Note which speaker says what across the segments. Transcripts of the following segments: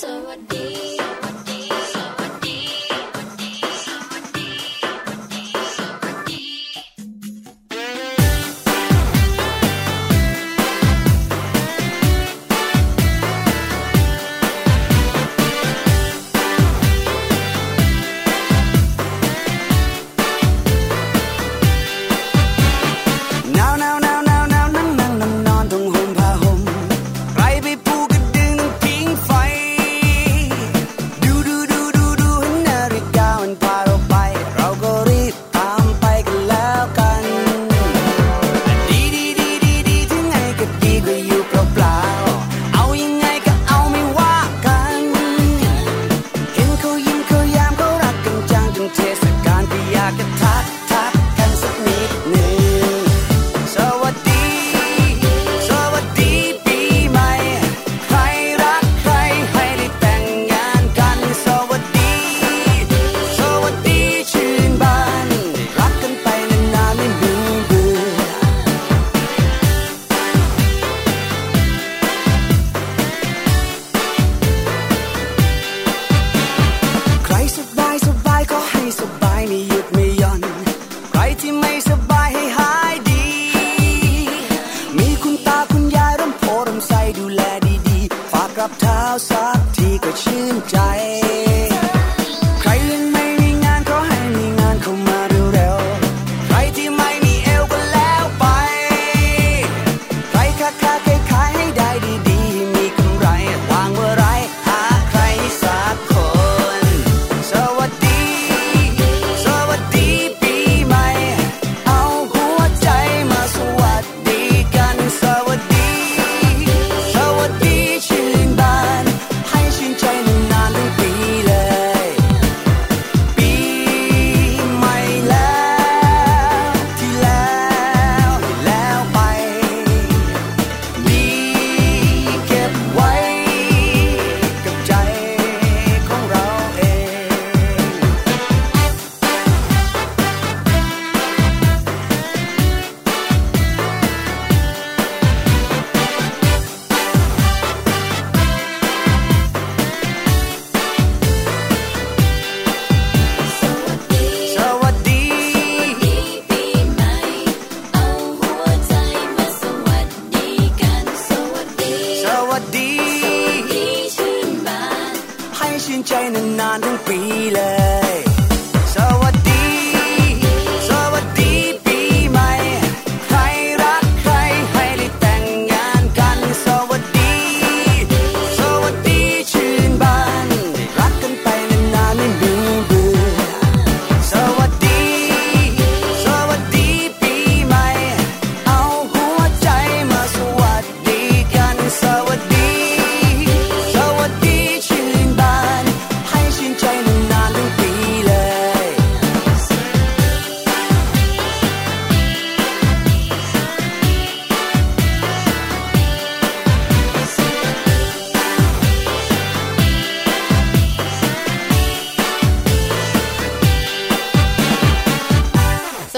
Speaker 1: สวัสดีสวัสดีสวัสดีสวัสดีสวัสดี
Speaker 2: หนาวหนาวหนาวหนาวหนาวนั่งนั่งนอนนอนต้องห่มผ้าห่มไรไปผูกกระดึงพิงไฟ ดูดูดูดูดูเห็นนาฬิกามันพาเราไป เราก็รีบตามไปกันแล้วกัน ดีดีดีดีดีถึงไงก็ดีกว่าอยู่เปล่าเปล่าๆเอายังไงก็เอาไม่ว่ากัน เห็นเขายิ้มเขายามเขารักกันจังจนเทศกาลก็อยากจะทักทักกันสักนิดหนึ่งสวัสดี สวัสดีปีใหม่ ใครรักใครให้ได้แต่งงานกันสวัสดี สวัสดีชื่นบานรักกันไปนานๆไม่เบื่อเบื่อ ใครสบายสบายก็ให้สบายไม่หยุดไม่หย่อน ใครที่ไม่สบายให้หายดี มีคุณตาคุณยายร่ำโพร่ำใสดูแลดีๆ ฝากรับเท้าสักทีก็ชื่นใจ ใครยังไม่มีงานก็ให้มีงานเข้ามาเร็วๆ ใครที่ไม่มีเอวก็แล้วไป ใครค้าค้าขายขายให้ได้ดีๆ มีกำไรวางเมื่อไรหาใครสักคน สวัสดี สวัสดีปีใหม่ เอาหัวใจมาสวัสดีกัน สวัสดี สวัสดีชื่นบาน ให้ชื่นใจนานๆทั้งปีเลย ปีใหม่แล้วที่แล้วที่แล้วไป ดีเก็บไว้กับใจของเราเอง
Speaker 1: สวัสดี
Speaker 2: สวัสดี
Speaker 1: ปีใหม่ เอาหัวใจมาสวัสดีกัน สวัสดี
Speaker 2: สวัสดี
Speaker 1: ดีชื่นบาน
Speaker 2: ให้ชื่นใจนานๆทั้งปีเลย สวัสดี สวัสดีปีใหม่ ใครรักใครให้ได้แต่งงานกัน สวัสดี สวัสดีชื่นบาน รักกันไปนานๆไม่เบื่อเบื่อ สวัสดี สวัสดีปีใหม่ เอาหัวใจมาสวัสดีกัน สวัสดี สวัสดีชื่นบาน ให้ชื่นใจนานๆทั้งปีเลย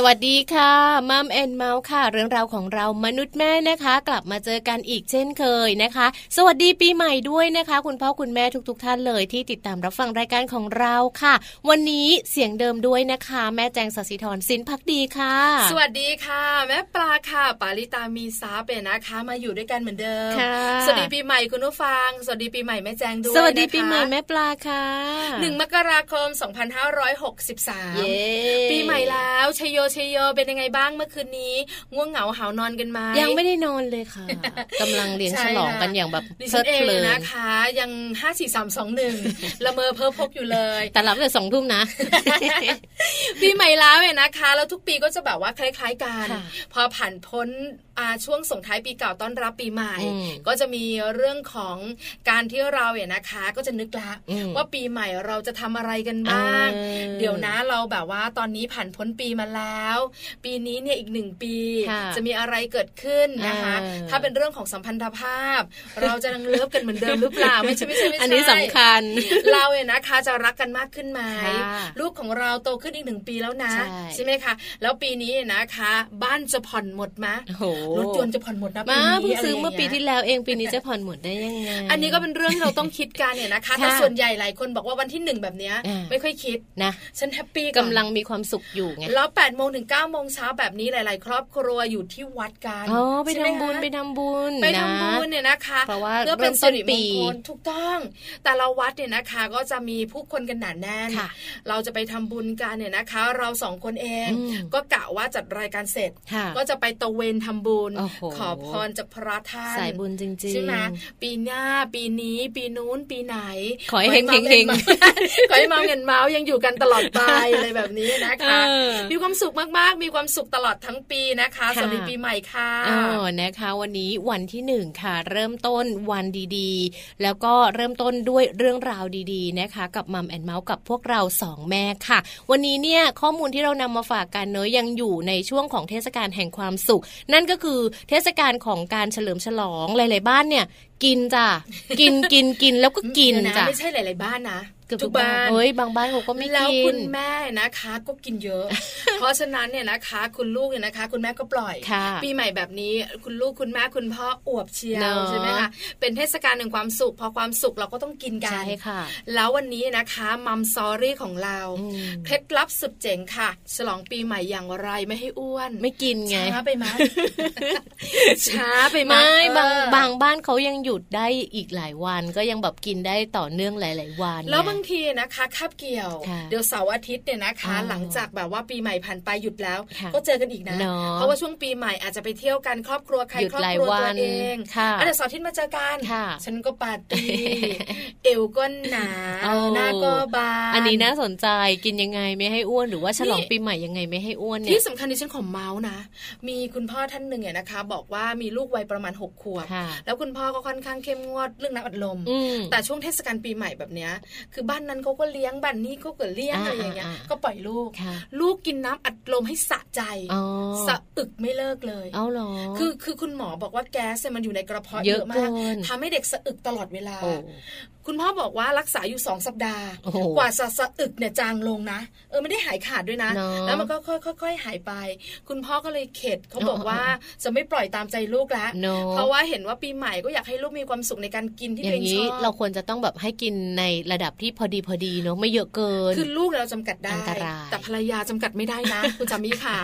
Speaker 3: สวัสดีค่ะมัมแอนเมาส์ค่ะ เรื่องราวของเรามนุษย์แม่นะคะ กลับมาเจอกันอีกเช่นเคยนะคะ สวัสดีปีใหม่ด้วยนะคะ คุณพ่อคุณแม่ทุกๆทท่านเลยที่ติดตามรับฟังรายการของเราค่ะ วันนี้เสียงเดิมด้วยนะคะ แม่แจงสศิธรสินพักดีค่ะ
Speaker 4: สวัสดีค่ะ แม่ปลาค่ะ ปาลิตามีซาเป็นยนะคะ มาอยู่ด้วยกันเหมือนเดิม
Speaker 3: ค่ะ
Speaker 4: สวัสดีปีใหม่คุณผู้ฟัง สวัสดีปีใหม่แม่แจงด้วย
Speaker 3: สวัสดี
Speaker 4: นะคะ
Speaker 3: ปีใหม่แม่ปลาค่ะ
Speaker 4: หนึ่งมกราคม 2563
Speaker 3: เย้
Speaker 4: ปีใหม่แล้วชยโยชยโยเป็นยังไงบ้างเมื่อคืนนี้ ง่วงเหงาหาวนอนกันไหม
Speaker 3: ยังไม่ได้นอนเลยค่ะกำลังเลี้ยง
Speaker 4: ใช่
Speaker 3: ฉลองกัน
Speaker 4: ค่ะ
Speaker 3: อย่างแบบ
Speaker 4: ดิ
Speaker 3: เพ
Speaker 4: ฉัน
Speaker 3: ลิด
Speaker 4: เอ
Speaker 3: เพ
Speaker 4: ง
Speaker 3: ลิน
Speaker 4: นะคะ ยัง 5 4 3 2 1 ละเมอเพ้อพกอยู่เลย
Speaker 3: แต่หลับเลยสองทุ่มนะ
Speaker 4: ปีใหม่แล้วเนี่ยนะคะแล้วทุกปีก็จะแบบว่าคล้ายๆกัน
Speaker 3: ค่ะ
Speaker 4: พอผ่านพ้นอ่าช่วงส่งท้ายปีเก่าต้อนรับปีใหม่
Speaker 3: อืม
Speaker 4: ก็จะมีเรื่องของการที่เราเนี่ยนะคะ ก็จะนึกละ
Speaker 3: อืม
Speaker 4: ว่าปีใหม่เราจะทำอะไรกันบ้าง
Speaker 3: เออ
Speaker 4: เดี๋ยวนะเราแบบว่าตอนนี้ผ่านพ้นปีมาแล้ แล้ว ปีนี้เนี่ยอีกหนึ่งปี
Speaker 3: ค่ะ
Speaker 4: จะมีอะไรเกิดขึ้นนะคะ
Speaker 3: เออ
Speaker 4: ถ้าเป็นเรื่องของสัมพันธภาพ เราจะยังเลิฟกันเหมือนเดิมหรือเปล่าไม่ใช่ไม่ใช่ไม่ใช่
Speaker 3: อันนี้สำคัญ
Speaker 4: เราเนี่ยนะคะจะรักกันมากขึ้นไหม
Speaker 3: ค่ะ
Speaker 4: ลูกของเราโตขึ้นอีกหนึ่งปีแล้วนะ
Speaker 3: ใช่
Speaker 4: ไหมคะ แล้วปีนี้เนี่ยนะคะ บ้านจะผ่อนหมดไหม
Speaker 3: โอ้โห
Speaker 4: รถยนต์จะผ่อนหมดนะปี
Speaker 3: มา
Speaker 4: นี้
Speaker 3: เพิ่งซื้อเมื่อปีที่
Speaker 4: ะไรย่างงี้ย
Speaker 3: แล้วเองปีนี้จะผ่อนหมดได้ยังไง
Speaker 4: อันนี้ก็เป็นเรื่องที่เราต้องคิดกันเนี่ยนะคะ
Speaker 3: ค่ะ
Speaker 4: แต่ส่วนใหญ่หลายคนบอกว่าวันที่หนึ่งแบบเนี้ย
Speaker 3: อ่า
Speaker 4: ไม่ค่อยคิด
Speaker 3: นะ
Speaker 4: ฉันแฮปปี้อน
Speaker 3: กำลังมีความสุขอยู่ไง
Speaker 4: แล้ว8ปดโมงถึง9ก้าโมงเช้าแบบนี้หลาย ๆ ครอบครัวอยู่ที่วัดกัน
Speaker 3: อ๋อไป
Speaker 4: ใช่หม
Speaker 3: ทำบุญ
Speaker 4: คะ
Speaker 3: ไปทำบุญ
Speaker 4: ไป
Speaker 3: นะ
Speaker 4: ทำบุญเนี่ยนะคะ
Speaker 3: เพราะว่า
Speaker 4: พื่อเป็น
Speaker 3: เริ่ม
Speaker 4: สิ
Speaker 3: ต้น
Speaker 4: ริ
Speaker 3: ปี
Speaker 4: มงคลถูกต้อง แต่ละวัดเนี่ยนะคะก็จะมีผู้คนกันหนาแน่น
Speaker 3: ค่ะ
Speaker 4: เราจะไปทำบุญกันเนี่ยนะคะ เราสองคนเอง
Speaker 3: อืม
Speaker 4: ก็กะว่าจัดรายการเสร็จ
Speaker 3: ค่ะ
Speaker 4: ก็จะไปตะเวนทำบุญ
Speaker 3: โอ้โห
Speaker 4: ขอพรจากพระท่าน
Speaker 3: สายบุญจริงๆ
Speaker 4: ใช่ไหมปีหน้าปีนี้ ปีนู้นปีไหน
Speaker 3: ขอให้เฮงๆ
Speaker 4: ขอให้มาเงินมา ขอให้มาเงินเมาส์ยังอยู่กันตลอด ไปอะไรแบบนี้นะคะ
Speaker 3: เออ
Speaker 4: มีความสุขมากๆ มีความสุขตลอดทั้งปีนะคะ
Speaker 3: ค่ะ
Speaker 4: สวัสดีปีใหม่ค่ะ
Speaker 3: เออนะคะ วันนี้วันที่หนึ่งค่ะ เริ่มต้นวันดีๆ แล้วก็เริ่มต้นด้วยเรื่องราวดีๆนะคะ กับมัมแอนเมาส์กับพวกเราสองแม่ค่ะ วันนี้เนี่ยข้อมูลที่เรานำมาฝากกันเนอะยังอยู่ในช่วงของเทศกาลแห่งความสุข นั่นก็คือเทศกาลของการเฉลิมฉลองหลาย ๆ บ้านเนี่ย กินจ้ะกินกินกินแล้วก็กิน
Speaker 4: เดี๋ยว
Speaker 3: จ้ะ
Speaker 4: ไม่ใช่หลาย ๆ บ้านนะ
Speaker 3: เกือบทุกบ้านเฮ้ยบางบ้านเขาก็ไม่
Speaker 4: แล้ว
Speaker 3: กิ
Speaker 4: คุ
Speaker 3: น
Speaker 4: ณแม่นะคะก็กินเยอะ เพราะฉะนั้นเนี่ยนะคะ คุณลูกเนี่ยนะคะ คุณแม่ก็ปล่อย
Speaker 3: ค่ะ
Speaker 4: ปีใหม่แบบนี้ คุณลูกคุณแม่คุณพ่ออวบเชีย
Speaker 3: เน
Speaker 4: ว
Speaker 3: อะ
Speaker 4: ใช่ไหมคะเป็นเทศกาลแห่งความสุข พอความสุขเราก็ต้องกินกั
Speaker 3: ใช่
Speaker 4: น
Speaker 3: ค่ะ
Speaker 4: แล้ววันนี้นะคะมัมซอรี่ของเรา
Speaker 3: อืม
Speaker 4: เคล็ดลับสุดเจ๋งค่ะ ฉลองปีใหม่อย่างไรไม่ให้อ้วน
Speaker 3: ไม่กินไง
Speaker 4: ช้าไป ไหม ช้าไปไหม
Speaker 3: ไม่บาง
Speaker 4: เออ
Speaker 3: บางบ้านเขายังหยุดได้อีกหลายวัน ก็ยังแบบกินได้ต่อเนื่องหลาย ๆ วัน
Speaker 4: แล้วบาง
Speaker 3: ไง
Speaker 4: ทีนะคะคาบเกี่ยว
Speaker 3: ค่ะ
Speaker 4: เดี๋ยวเสาร์อาทิตย์เนี่ยนะคะ
Speaker 3: อ๋อ
Speaker 4: หลังจากแบบว่าปีใหม่ผ่านไปหยุดแล้ว
Speaker 3: ค่ะ
Speaker 4: ก็เจอกันอีกนะ
Speaker 3: เนาะ
Speaker 4: เพราะว่าช่วงปีใหม่อาจจะไปเที่ยวกันครอบครัวใคร
Speaker 3: หยุด
Speaker 4: ครอบ
Speaker 3: หลาย
Speaker 4: ครัว
Speaker 3: วั
Speaker 4: ตัวน เอง
Speaker 3: ค่ะ
Speaker 4: อ่เดี๋ยวเสาร์อาทิตย์มาเจอกัน
Speaker 3: ค่ะ
Speaker 4: ฉันก็ปาร์ ตี้ เอวก็หนา
Speaker 3: โอ้
Speaker 4: หน้าก็บาน
Speaker 3: อันนี้น่าสนใจกินยังไงไม่ให้อ้วนหรือว่าฉลอง
Speaker 4: นี่
Speaker 3: ปีใหม่ยังไงไม่ให้อ้วนเนี่
Speaker 4: ที่
Speaker 3: ย
Speaker 4: สำคัญดิฉันของเมาส์นะ มีคุณพ่อท่านหนึ่งเนี่ยนะคะ บอกว่ามีลูกวัยประมาณหกขวบ
Speaker 3: ค่ะ
Speaker 4: แล้วคุณพ่อก็ค่อนข้างเข้มงวดเรื่องน้ำอัดลม
Speaker 3: อืม
Speaker 4: แต่ช่วงเทศกาลปีใหม่แบบเนี้ย คือบ้านนั้นเขาก็เลี้ยงบ้านนี้เขาก็เลี้ยง
Speaker 3: อ่า
Speaker 4: อะไรอย่างเงี้ย
Speaker 3: อ่าอ่า
Speaker 4: ก็ปล่อยลูก
Speaker 3: ค่ะ
Speaker 4: ลูกกินน้ำอัดลมให้สะใจ
Speaker 3: อ๋อ
Speaker 4: สะอึกไม่เลิกเลย
Speaker 3: เอาเหรอ
Speaker 4: คือคือคุณหมอบอกว่าแก๊สเนี่ยมันอยู่ในกระเพาะ
Speaker 3: เย
Speaker 4: เย
Speaker 3: อะ
Speaker 4: อะมาก
Speaker 3: เกิน
Speaker 4: ทำให้เด็กสะอึกตลอดเวลา
Speaker 3: โอ้
Speaker 4: คุณพ่อบอกว่ารักษาอยู่สองสัปดาห์
Speaker 3: โอ้โห
Speaker 4: กว่าจะสะอึกเนี่ยจางลงนะ เออไม่ได้หายขาดด้วยนะ
Speaker 3: เนอะ
Speaker 4: แล้วมันก็ค่อยๆค่อยๆหายไป คุณพ่อก็เลยเข็ดเขาบอก
Speaker 3: เออ
Speaker 4: ว่าจะไม่ปล่อยตามใจลูกแล้ว
Speaker 3: เนอะ
Speaker 4: เพราะว่าเห็นว่าปีใหม่ก็อยากให้ลูกมีความสุขในการกินที่
Speaker 3: อ
Speaker 4: ตัวเอ
Speaker 3: ย่า
Speaker 4: ง งช
Speaker 3: นี้
Speaker 4: อบ
Speaker 3: เราควรจะต้องแบบให้กินในระดับที่พอดีพอดีเนาะไม่เยอะเกิน
Speaker 4: คือลูกเราจำกัดได้
Speaker 3: อันตราย
Speaker 4: แต่ภรรยาจำกัดไม่ได้นะ คุณจามีขา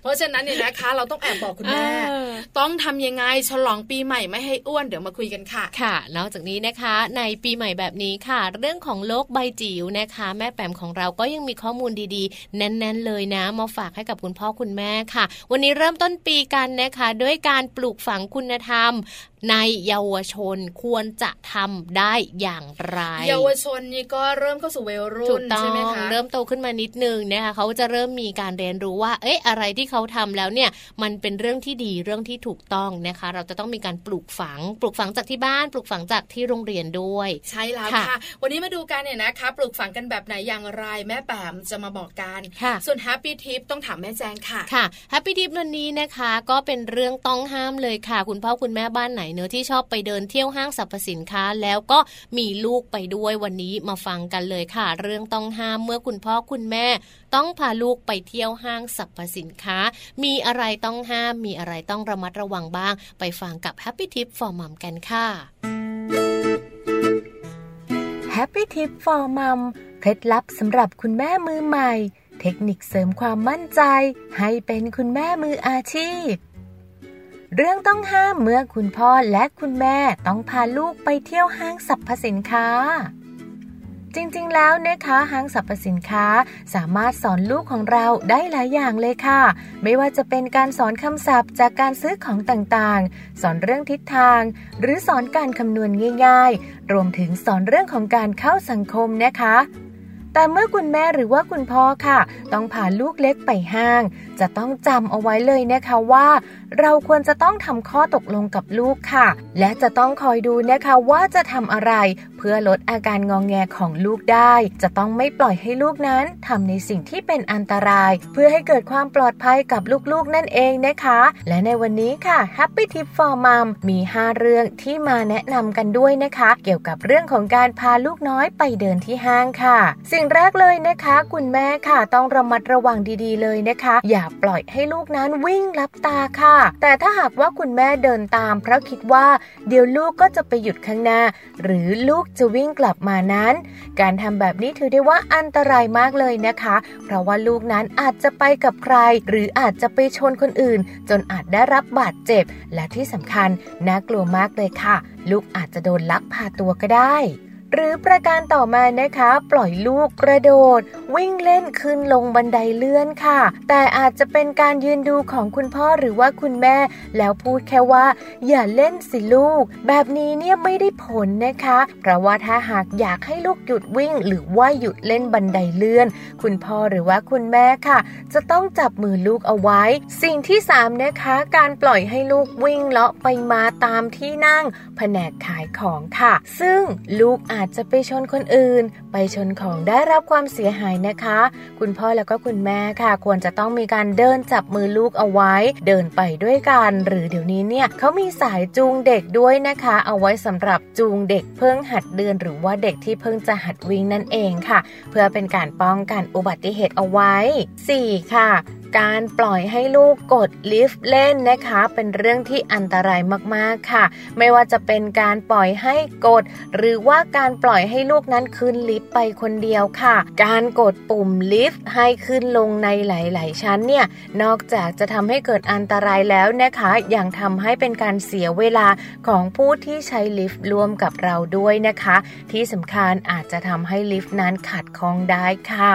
Speaker 4: เพราะฉะนั้นเนี่ยนะคะ เราต้องแอบบอกคุณแม่
Speaker 3: เออ
Speaker 4: ต้องทำยังไงฉลองปีใหม่ไม่ให้อ้วนเดี๋ยวมาคุยกันค่ะ
Speaker 3: ค่ะ นอกจากนี้นะคะ ในปีใหม่แบบนี้ค่ะ เรื่องของโลกใบจิ๋วนะคะ แม่แปมของเราก็ยังมีข้อมูลดีๆ แน่นๆเลยนะมาฝากให้กับคุณพ่อคุณแม่ค่ะ วันนี้เริ่มต้นปีกันนะคะ ด้วยการปลูกฝังคุณธรรม ในเยาวชนควรจะทำได้อย่างไร
Speaker 4: เยาวชนนี่ก็เริ่มเข้าสู่วัย
Speaker 3: ถู
Speaker 4: รุ่น
Speaker 3: กต้อง
Speaker 4: ใช่ไหมคะ
Speaker 3: เริ่มโตขึ้นมานิดนึงนะคะเขาจะเริ่มมีการเรียนรู้ว่า เอ้ยอะไรที่เขาทำแล้วเนี่ย มันเป็นเรื่องที่ดีเรื่องที่ถูกต้องนะคะ เราจะต้องมีการปลูกฝัง ปลูกฝังจากที่บ้าน ปลูกฝังจากที่โรงเรียนด้วย
Speaker 4: ใช่แล้ว
Speaker 3: ค่ะ
Speaker 4: ค่ะ วันนี้มาดูกันเนี่ยนะคะ ปลูกฝังกันแบบไหนอย่างไรแม่แปมจะมาบอกกัน
Speaker 3: ค่ะ
Speaker 4: ส่วน Happy t i p ต้องถามแม่แจงค่ะ
Speaker 3: ค่ะแฮปปี้ดิฟวันนี้นะคะก็เป็นเรื่องต้องห้ามเลยค่ะ คุณพ่อคุณแม่บ้านไหนเนอะที่ชอบไปเดินเที่ยวห้างสรรพสินค้า แล้วก็มีลูกไปด้วยวันนี้มาฟังกันเลยค่ะ เรื่องต้องห้ามเมื่อคุณพ่อคุณแม่ ต้องพาลูกไปเที่ยวห้างสรรพสินค้า มีอะไรต้องห้าม มีอะไรต้องระมัดระวังบ้าง ไปฟังกับแฮปปี้ทิปฟอร์มัมกันค่ะ
Speaker 5: Happy Tip for Mom เคล็ดลับสำหรับคุณแม่มือใหม่ เทคนิคเสริมความมั่นใจ ให้เป็นคุณแม่มืออาชีพ เรื่องต้องห้ามเมื่อคุณพ่อและคุณแม่ต้องพาลูกไปเที่ยวห้างสรรพสินค้า จริงๆ แล้วนะคะห้างสรรพสินค้าสามารถสอนลูกของเราได้หลายอย่างเลยค่ะ ไม่ว่าจะเป็นการสอนคำศัพท์จากการซื้อของต่างๆ สอนเรื่องทิศทาง หรือสอนการคำนวณง่าย ๆ รวมถึงสอนเรื่องของการเข้าสังคมนะคะ แต่เมื่อคุณแม่หรือว่าคุณพ่อค่ะ ต้องพาลูกเล็กไปห้าง จะต้องจำเอาไว้เลยนะคะว่า เราควรจะต้องทำข้อตกลงกับลูกค่ะ และจะต้องคอยดูนะคะว่าจะทำอะไร เพื่อลดอาการงองแงของลูกได้ จะต้องไม่ปล่อยให้ลูกนั้นทำในสิ่งที่เป็นอันตราย เพื่อให้เกิดความปลอดภัยกับลูกๆนั่นเองนะคะ และในวันนี้ค่ะ Happy Tip for Mom มี 5 เรื่องที่มาแนะนำกันด้วยนะคะ เกี่ยวกับเรื่องของการพาลูกน้อยไปเดินที่ห้างค่ะ สิ่งแรกเลยนะคะ คุณแม่ค่ะต้องระมัดระวังดีๆเลยนะคะ อย่าปล่อยให้ลูกนั้นวิ่งลับตาค่ะ แต่ถ้าหากว่าคุณแม่เดินตาม เพราะคิดว่าเดี๋ยวลูกก็จะไปหยุดข้างหน้า หรือลูกจะวิ่งกลับมานั้น การทำแบบนี้ถือได้ว่าอันตรายมากเลยนะคะ เพราะว่าลูกนั้นอาจจะไปกับใคร หรืออาจจะไปชนคนอื่น จนอาจได้รับบาดเจ็บ และที่สำคัญน่ากลัวมากเลยค่ะ ลูกอาจจะโดนลักพาตัวก็ได้ หรือประการต่อมานะคะ ปล่อยลูกกระโดด วิ่งเล่นขึ้นลงบันไดเลื่อนค่ะ แต่อาจจะเป็นการยืนดูของคุณพ่อหรือว่าคุณแม่ แล้วพูดแค่ว่า อย่าเล่นสิลูก แบบนี้เนี่ยไม่ได้ผลนะคะ เพราะว่าถ้าหากอยากให้ลูกหยุดวิ่ง หรือว่าหยุดเล่นบันไดเลื่อน คุณพ่อหรือว่าคุณแม่ค่ะ จะต้องจับมือลูกเอาไว้ สิ่งที่สามนะคะ การปล่อยให้ลูกวิ่งเลาะไปมาตามที่นั่ง แผนกขายของค่ะ ซึ่งลูกอาจจะไปชนคนอื่น ไปชนของได้รับความเสียหายนะคะ คุณพ่อแล้วก็คุณแม่ค่ะ ควรจะต้องมีการเดินจับมือลูกเอาไว้ เดินไปด้วยกัน หรือเดี๋ยวนี้เนี่ยเขามีสายจูงเด็กด้วยนะคะ เอาไว้สำหรับจูงเด็กเพิ่งหัดเดินหรือว่าเด็กที่เพิ่งจะหัดวิ่งนั่นเองค่ะ เพื่อเป็นการป้องกันอุบัติเหตุเอาไว้ 4. ค่ะ การปล่อยให้ลูกกดลิฟต์เล่นนะคะ เป็นเรื่องที่อันตรายมากๆค่ะ ไม่ว่าจะเป็นการปล่อยให้กด หรือว่าการปล่อยให้ลูกนั้นขึ้นลิฟต์ไปคนเดียวค่ะ การกดปุ่มลิฟต์ให้ขึ้นลงในหลาย ๆ ชั้นเนี่ยนอกจากจะทำให้เกิดอันตรายแล้วนะคะยังทำให้เป็นการเสียเวลาของผู้ที่ใช้ลิฟต์ร่วมกับเราด้วยนะคะ ที่สำคัญอาจจะทำให้ลิฟต์นั้นขัดข้องได้ค่ะ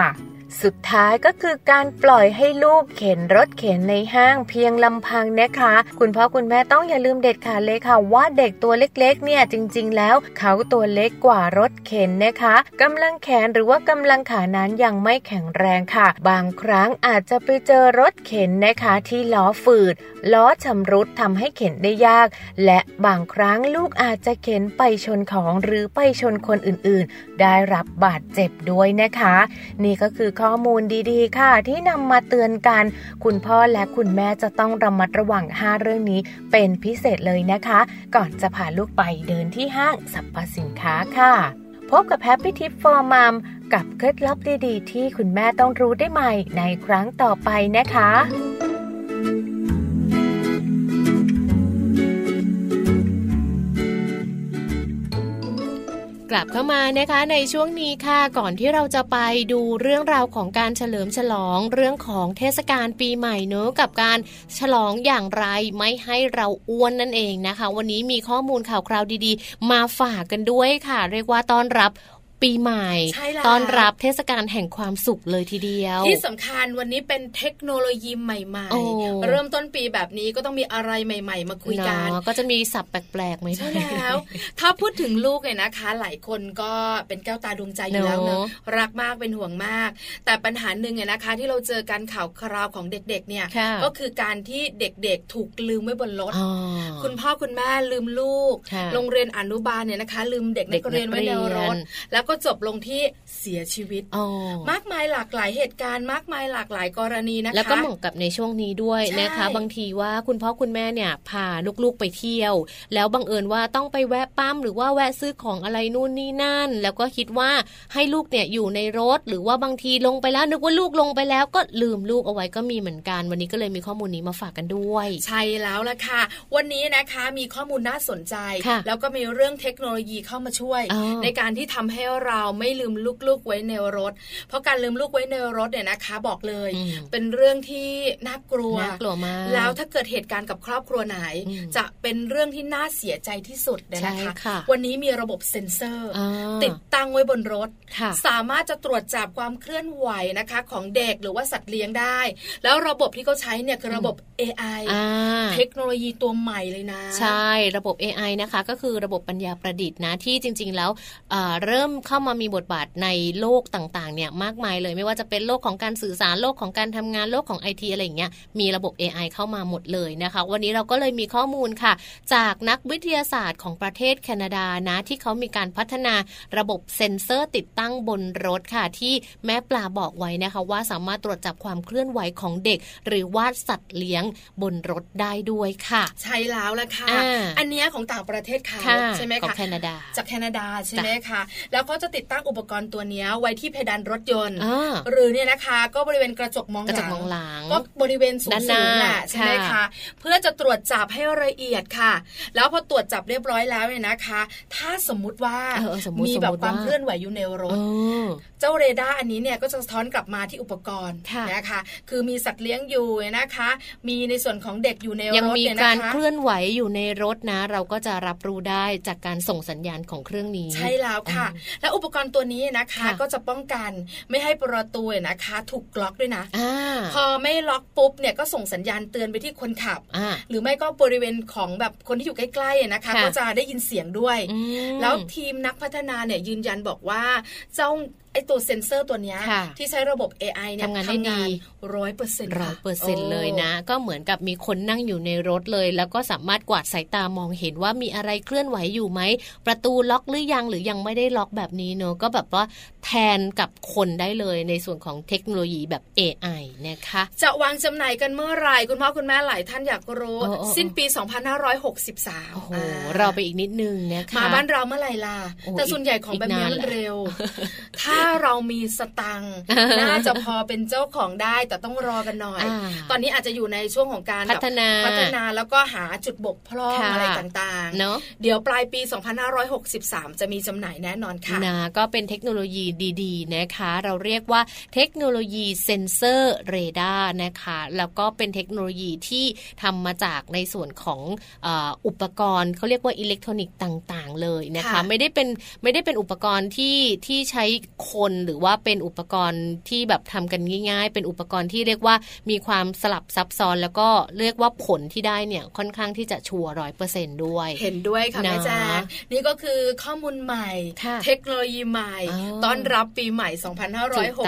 Speaker 5: สุดท้ายก็คือการปล่อยให้ลูกเข็นรถเข็นในห้างเพียงลำพังนะคะ คุณพ่อคุณแม่ต้องอย่าลืมเด็ดขาดเลยค่ะ ว่าเด็กตัวเล็กๆ เนี่ยจริง ๆ แล้ว เขาตัวเล็กกว่ารถเข็นนะคะกำลังแขนหรือว่ากำลังขานั้นยังไม่แข็งแรงค่ะ บางครั้งอาจจะไปเจอรถเข็นนะคะที่ล้อฝืด ล้อชำรุดทำให้เข็นได้ยาก และบางครั้งลูกอาจจะเข็นไปชนของหรือไปชนคนอื่นๆ ได้รับบาดเจ็บด้วยนะคะ นี่ก็คือข้อมูลดีๆ ค่ะ ที่นำมาเตือนกัน คุณพ่อและคุณแม่จะต้องระมัดระวัง 5 เรื่องนี้เป็นพิเศษเลยนะคะ ก่อนจะพาลูกไปเดินที่ห้างสรรพสินค้าค่ะ พบกับแฮปปี้ทิปฟอร์ม m มกับเคล็ดลับดีๆ ที่คุณแม่ต้องรู้ได้ใหม่ในครั้งต่อไปนะคะ
Speaker 3: กลับเข้ามานะคะในช่วงนี้ค่ะก่อนที่เราจะไปดูเรื่องราวของการเฉลิมฉลองเรื่องของเทศกาลปีใหม่เนอะกับการฉลองอย่างไรไม่ให้เราอ้วนนั่นเองนะคะ วันนี้มีข้อมูลข่าวคราวดีๆ มาฝากกันด้วยค่ะ เรียกว่าต้อนรับปีใหม่
Speaker 4: ใช่แล้ว
Speaker 3: ต้อนรับเทศกาลแห่งความสุขเลยทีเดียว
Speaker 4: ที่สำคัญวันนี้เป็นเทคโนโลยีใหม่
Speaker 3: โอ้
Speaker 4: ๆ เริ่มต้นปีแบบนี้ก็ต้องมีอะไรใหม่ ๆ มาคุยกัน
Speaker 3: เนอะก็จะมีศัพท์แปลกๆไหม
Speaker 4: ใช่แล้ว ถ้าพูดถึงลูกเนี่ยนะคะ หลายคนก็เป็นแก้วตาดวงใจอยู่แล้ว
Speaker 3: เน
Speaker 4: เน
Speaker 3: อะ
Speaker 4: อะรักมากเป็นห่วงมาก แต่ปัญหาหนึ่งเนี่ยนะคะ ที่เราเจอการข่าวคราวของเด็กๆเนี่ย
Speaker 3: ค่ะ
Speaker 4: ก็คือการที่เด็กๆถูกลืมไว้บนรถ
Speaker 3: อ๋อ
Speaker 4: คุณพ่อคุณแม่ลืมลูก
Speaker 3: ค่ะ
Speaker 4: โรงเรียนอนุบาลเนี่ยนะคะ ลืมเด็กนักเรียนไว้ในรถ
Speaker 3: เด็กนักเรียน
Speaker 4: แล้วก็จบลงที่เสียชีวิต
Speaker 3: อ๋อ
Speaker 4: มากมายหลากหลายเหตุการณ์ มากมายหลากหลายกรณีนะคะ
Speaker 3: แล้วก็เหมาะกับในช่วงนี้ด้วยนะคะ
Speaker 4: ใช่
Speaker 3: บางทีว่าคุณพ่อคุณแม่เนี่ยพาลูกๆไปเที่ยว แล้วบังเอิญว่าต้องไปแวะปั๊มหรือว่าแวะซื้อของอะไรนู่นนี่นั่น แล้วก็คิดว่าให้ลูกเนี่ยอยู่ในรถ หรือว่าบางทีลงไปแล้ว นึกว่าลูกลงไปแล้วก็ลืมลูกเอาไว้ก็มีเหมือนกัน วันนี้ก็เลยมีข้อมูลนี้มาฝากกันด้วย
Speaker 4: ใช่แล้วล่ะค่ะ วันนี้นะคะมีข้อมูลน่าสนใจ
Speaker 3: ค่ะ
Speaker 4: แล้วก็มีเรื่องเทคโนโลยีเข้ามาช่วย
Speaker 3: อ๋อ
Speaker 4: ในการที่ทำให้เราไม่ลืมลูกๆไว้ในรถ เพราะการลืมลูกไว้ในรถเนี่ยนะคะ บอกเลย
Speaker 3: อืม
Speaker 4: เป็นเรื่องที่น่ากลัว
Speaker 3: น่ากลัวมาก
Speaker 4: แล้วถ้าเกิดเหตุการณ์กับครอบครัวไหน
Speaker 3: อืม
Speaker 4: จะเป็นเรื่องที่น่าเสียใจที่สุดเลยนะ
Speaker 3: ใช่
Speaker 4: คะ
Speaker 3: ค่ะ
Speaker 4: วันนี้มีระบบเซ็นเซอร์
Speaker 3: อ่า
Speaker 4: ติดตั้งไว้บนรถ
Speaker 3: ค่ะ
Speaker 4: สามารถจะตรวจจับความเคลื่อนไหวนะคะ ของเด็กหรือว่าสัตว์เลี้ยงได้ แล้วระบบที่เขาใช้เนี่ยคือระบบ AI
Speaker 3: อ่า
Speaker 4: เทคโนโลยีตัวใหม่เลยนะ
Speaker 3: ใช่ ระบบ AI นะคะ ก็คือระบบปัญญาประดิษฐ์นะ ที่จริง ๆ แล้วเอ่อเริ่ม เข้ามามีบทบาทในโลกต่างๆเนี่ยมากมายเลยไม่ว่าจะเป็นโลกของการสื่อสารโลกของการทำงานโลกของไอทีอะไรอย่างเงี้ยมีระบบ AI เข้ามาหมดเลยนะคะ วันนี้เราก็เลยมีข้อมูลค่ะ จากนักวิทยาศาสตร์ของประเทศแคนาดานะ ที่เขามีการพัฒนาระบบเซ็นเซอร์ติดตั้งบนรถค่ะ ที่แม่ปลาบอกไว้นะคะ ว่าสามารถตรวจจับความเคลื่อนไหวของเด็ก หรือว่าสัตว์เลี้ยงบนรถได้ด้วยค่ะ
Speaker 4: ใช่แล้วละค่ะ
Speaker 3: อ่า
Speaker 4: อันเนี้ยของต่างประเทศเขา
Speaker 3: ค่ะ
Speaker 4: ใช่ไหม
Speaker 3: ของ
Speaker 4: คะ
Speaker 3: แคนาดา
Speaker 4: จากแคนาดาใช่ไหมคะ แล้วก็จะติดตั้งอุปกรณ์ตัวเนี้ยไว้ที่เพดานรถยนต์
Speaker 3: อ่า
Speaker 4: หรือเนี่ยนะคะก็บริเวณกระจกมองห
Speaker 3: กระจ
Speaker 4: ลั
Speaker 3: ก
Speaker 4: ง
Speaker 3: มองหลัง
Speaker 4: ก็บริเวณสูง
Speaker 3: ด้านห
Speaker 4: สู
Speaker 3: น้าง
Speaker 4: แหละใช่ไหมคะ
Speaker 3: ค่ะ
Speaker 4: เพื่อจะตรวจจับให้ละเอียดค่ะ แล้วพอตรวจจับเรียบร้อยแล้วเนี่ยนะคะ ถ้าสมมุติว่า
Speaker 3: เออสมมติ
Speaker 4: มี
Speaker 3: สม
Speaker 4: แบบ
Speaker 3: มติ
Speaker 4: ความเคลื่อนไหวอยู่ในรถ
Speaker 3: เออ
Speaker 4: เจ้าเรดาร์อันนี้เนี่ยก็จะสะท้อนกลับมาที่อุปกรณ์
Speaker 3: ค่ะ
Speaker 4: นะคะ คือมีสัตว์เลี้ยงอยู่นะคะ มีในส่วนของเด็กอยู่ใน
Speaker 3: ยัง
Speaker 4: รถ
Speaker 3: มี
Speaker 4: เนี่ย
Speaker 3: การ
Speaker 4: นะคะ
Speaker 3: เคลื่อนไหวอยู่ในรถนะ เราก็จะรับรู้ได้จากการส่งสัญญาณของเครื่องนี้
Speaker 4: ใช่แล้วค่ะ และอุปกรณ์ตัวนี้นะคะ
Speaker 3: ค่ะ
Speaker 4: ก็จะป้องกันไม่ให้ประตูเนี่ยนะคะ ถูกล็อกด้วยนะ
Speaker 3: อ่า
Speaker 4: พอไม่ล็อกปุ๊บเนี่ยก็ส่งสัญญาณเตือนไปที่คนขับ
Speaker 3: อ่า
Speaker 4: หรือไม่ก็บริเวณของแบบคนที่อยู่ใกล้ๆนะคะ
Speaker 3: ค่ะ
Speaker 4: ก็จะได้ยินเสียงด้วย
Speaker 3: อืม
Speaker 4: แล้วทีมนักพัฒนาเนี่ยยืนยันบอกว่าเจ้าไอตัวเซ็นเซอร์ตัวเนี้ย
Speaker 3: ค่ะ
Speaker 4: ที่ใช้ระบบ AI เนี่ย
Speaker 3: ทำงานได้ดี
Speaker 4: ร้อยเปอร์เซ็นต์
Speaker 3: ร้อยเปอร์เซ็นเลยนะ ก็เหมือนกับมีคนนั่งอยู่ในรถเลย แล้วก็สามารถกวาดสายตามองเห็นว่ามีอะไรเคลื่อนไหวอยู่ไหม ประตูล็อกหรือยังหรือยังไม่ได้ล็อกแบบนี้เนอะก็แบบว่าแทนกับคนได้เลยในส่วนของเทคโนโลยีแบบ AI นะคะ
Speaker 4: จะวางจำหน่ายกันเมื่อไหร่ คุณพ่อคุณแม่หลายท่านอยากรู้
Speaker 3: โอ้โอ้
Speaker 4: สิ้นปี 2563
Speaker 3: โอ้โห
Speaker 4: อ่า
Speaker 3: เราไปอีกนิดนึงนะคะ
Speaker 4: มาบ้านเราเมื่อไหร่ล่ะ
Speaker 3: โอ้
Speaker 4: แต่
Speaker 3: อีก
Speaker 4: ส่วนใหญ่ของ
Speaker 3: อีก
Speaker 4: แบบนี้
Speaker 3: นาน
Speaker 4: มัน
Speaker 3: แหละ
Speaker 4: เร็ ว ถ้าเรามีสตังค์ น่าจะพอเป็นเจ้าของได้ แต่ต้องรอกันหน่อย
Speaker 3: อ่า
Speaker 4: ตอนนี้อาจจะอยู่ในช่วงของการ
Speaker 3: พัฒนา
Speaker 4: แบบพัฒนาแล้วก็หาจุดบกพร่อง
Speaker 3: ค่ะ
Speaker 4: อะไรต่าง
Speaker 3: เนอะ
Speaker 4: ๆ เดี๋ยวปลายปี 2563 จะมีจำหน่ายแน่นอนค่ะ
Speaker 3: นะก็เป็นเทคโนโลยีดีๆนะคะ เราเรียกว่าเทคโนโลยีเซ็นเซอร์เรดาร์นะคะ แล้วก็เป็นเทคโนโลยีที่ทำมาจากในส่วนของเอ่ออุปกรณ์เขาเรียกว่าอิเล็กทรอนิกส์ต่างๆ เลยนะคะ
Speaker 4: ค่ะ
Speaker 3: ไม่ได้เป็นไม่ได้เป็นอุปกรณ์ที่ที่ใช้คนหรือว่าเป็นอุปกรณ์ที่แบบทำกันง่าย ๆ เป็นอุปกรณ์ที่เรียกว่ามีความสลับซับซ้อน แล้วก็เรียกว่าผลที่ได้เนี่ยค่อนข้างที่จะชัวร้อยเปอร์เซนด้วย
Speaker 4: เห็นด้วยค่ะ
Speaker 3: นะ
Speaker 4: แม่แจงนี่ก็คือข้อมูลใหม่
Speaker 3: ค่ะ
Speaker 4: เทคโนโลยีใหม่
Speaker 3: อ๋อ
Speaker 4: ต้อนรับปีใหม่
Speaker 3: ถูกต้องค่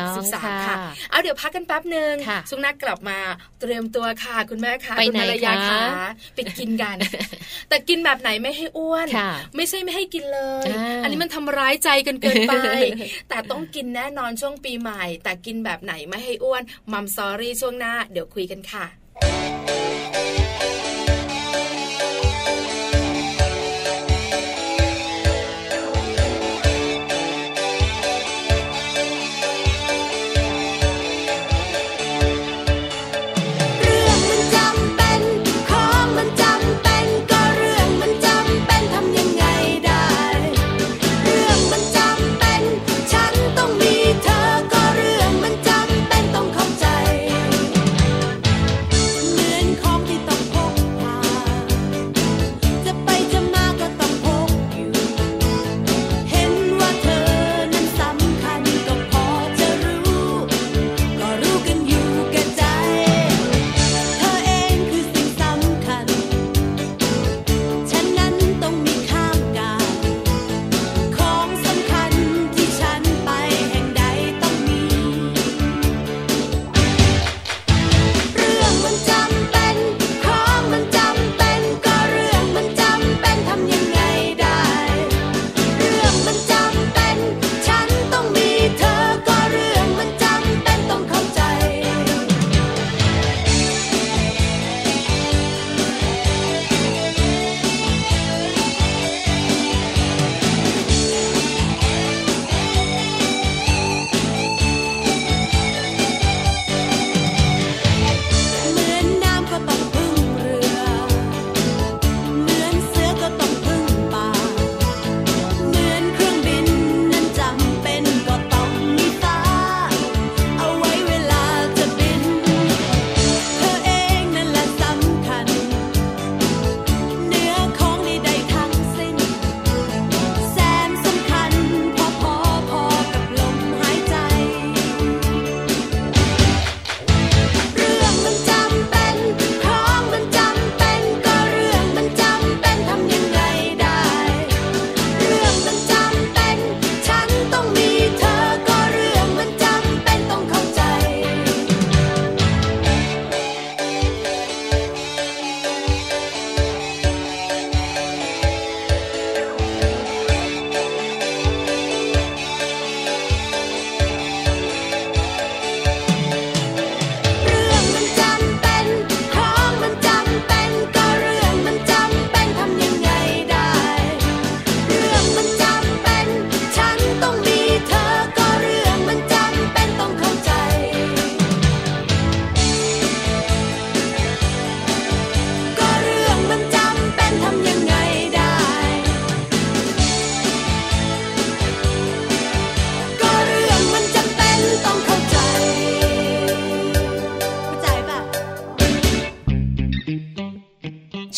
Speaker 3: ะ
Speaker 4: 2563 ค่ะ เอาเดี๋ยวพักกันแป๊บหนึ่ง
Speaker 3: ค่ะ
Speaker 4: ช่วงหน้ากลับมาเตรียมตัวค่ะ คุณแม่ค่ะ
Speaker 3: ไป
Speaker 4: คุณภ
Speaker 3: ไหน
Speaker 4: รรยา
Speaker 3: คะ
Speaker 4: ไปกิน กัน แต่กินแบบไหนไม่ให้อ้วน
Speaker 3: ค่ะ
Speaker 4: ไม่ใช่ไม่ให้กินเลย
Speaker 3: อ่า
Speaker 4: อันนี้มันทำร้ายใจกันเกิน ไป
Speaker 3: เออ
Speaker 4: แต่ต้องกินแน่นอนช่วงปีใหม่ แต่กินแบบไหนไม่ให้อ้วนมัมซอรี่ช่วงหน้า เดี๋ยวคุยกันค่ะ
Speaker 1: เรื่องมันจำเป็น ของมันจำเป็น ก็เรื่องมันจำเป็นทำยังไงได้ เรื่องมันจำเป็น ฉันต้องมีเธอ ก็เรื่องมันจำเป็นต้องเข้าใจ เ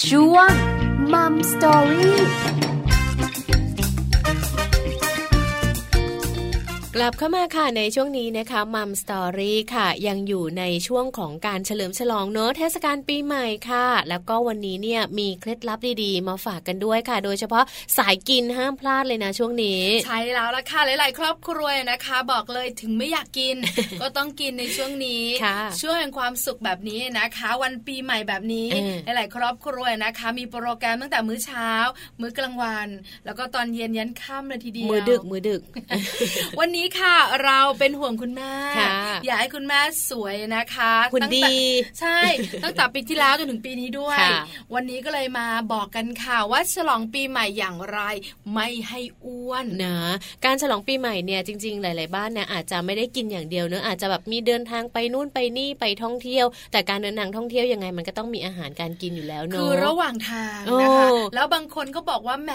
Speaker 6: ช่วงมัมสตอรี่
Speaker 3: กลับเข้ามาค่ะในช่วงนี้นะคะมัมสตอรี่ค่ะ ยังอยู่ในช่วงของการเฉลิมฉลองเนอะเทศกาลปีใหม่ค่ะ แล้วก็วันนี้เนี่ยมีเคล็ดลับดีๆ มาฝากกันด้วยค่ะ โดยเฉพาะสายกินห้ามพลาดเลยนะช่วงนี้
Speaker 4: ใช่แล้วล่ะค่ะ หลาย ๆ ครอบครัวนะคะ บอกเลยถึงไม่อยากกิ น ก็ต้องกินในช่วงนี้
Speaker 3: ค่ะ
Speaker 4: ช่วงแห่งความสุขแบบนี้นะคะ วันปีใหม่แบบนี้
Speaker 3: เออ
Speaker 4: หลาย ๆ ครอบครัวนะคะ มีโปรแกรมตั้งแต่มื้อเช้า มื้อกลางวัน แล้วก็ตอนเย็นยันค่ำเลยทีเดียว
Speaker 3: มือดึกมือ ดึก
Speaker 4: วันนี้ค่ะเราเป็นห่วงคุณแม่
Speaker 3: ค่ะ
Speaker 4: อยากให้คุณแม่สวยนะคะ
Speaker 3: หุ่น
Speaker 4: ตั้งแต่
Speaker 3: ดี
Speaker 4: ใช่ ตั้งแต่ปีที่แล้วจนถึงปีนี้ด้วย
Speaker 3: ค่ะ
Speaker 4: วันนี้ก็เลยมาบอกกันค่ะว่าฉลองปีใหม่อย่างไร ไม่ให้อ้วน
Speaker 3: นะการฉลองปีใหม่เนี่ยจริง ๆ หลาย ๆ บ้านเนี่ยอาจจะไม่ได้กินอย่างเดียวเนอะอาจจะแบบมีเดินทางไปนู่นไปนี่ไปท่องเที่ยว แต่การเดินทางท่องเที่ยวยังไงมันก็ต้องมีอาหารการกินอยู่แล้วเนอะ
Speaker 4: คือระหว่างทางนะคะ
Speaker 3: โอ้
Speaker 4: แล้วบางคนก็บอกว่าแหม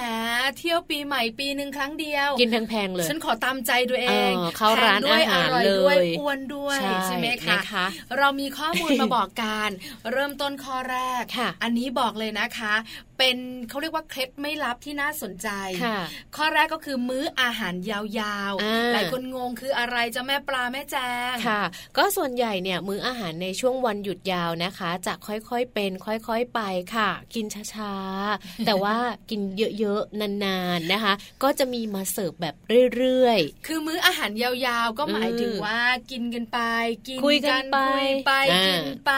Speaker 4: เที่ยวปีใหม่ปีหนึ่งครั้งเดียว
Speaker 3: กินแพง ๆ เลย
Speaker 4: ฉันขอตามใจตัวเอง
Speaker 3: เออเข้าร้าน
Speaker 4: แพงด้วย
Speaker 3: อาหาร
Speaker 4: ร่อยด้วย
Speaker 3: เลย
Speaker 4: อ้วนด้วย
Speaker 3: ใช่
Speaker 4: ใช่ไหมคะ
Speaker 3: นะคะ
Speaker 4: เรามีข้อมูลมาบอกกัน เริ่มต้นข้อแรก
Speaker 3: ค่ะ
Speaker 4: อันนี้บอกเลยนะคะ เป็นเขาเรียกว่าเคล็ดไม่ลับที่น่าสนใจ
Speaker 3: ค่ะ
Speaker 4: ข้อแรกก็คือมื้ออาหารยาว
Speaker 3: อ่า
Speaker 4: ๆ หลายคนงงคืออะไรจะแม่ปลาแม่แจง
Speaker 3: ค่ะ ก็ส่วนใหญ่เนี่ยมื้ออาหารในช่วงวันหยุดยาวนะคะ จะค่อยๆเป็นค่อยๆไปค่ะ กินช้าๆ แต่ว่ากินเยอะๆนานๆนะคะ ก็จะมีมาเสิร์ฟแบบเรื่อย
Speaker 4: คือมื้ออาหารยาวๆ ก็หมายถึง
Speaker 3: อืม
Speaker 4: ว่ากินกันไป กิน
Speaker 3: คุยกันไป
Speaker 4: คุยไป
Speaker 3: อ่า
Speaker 4: กินไป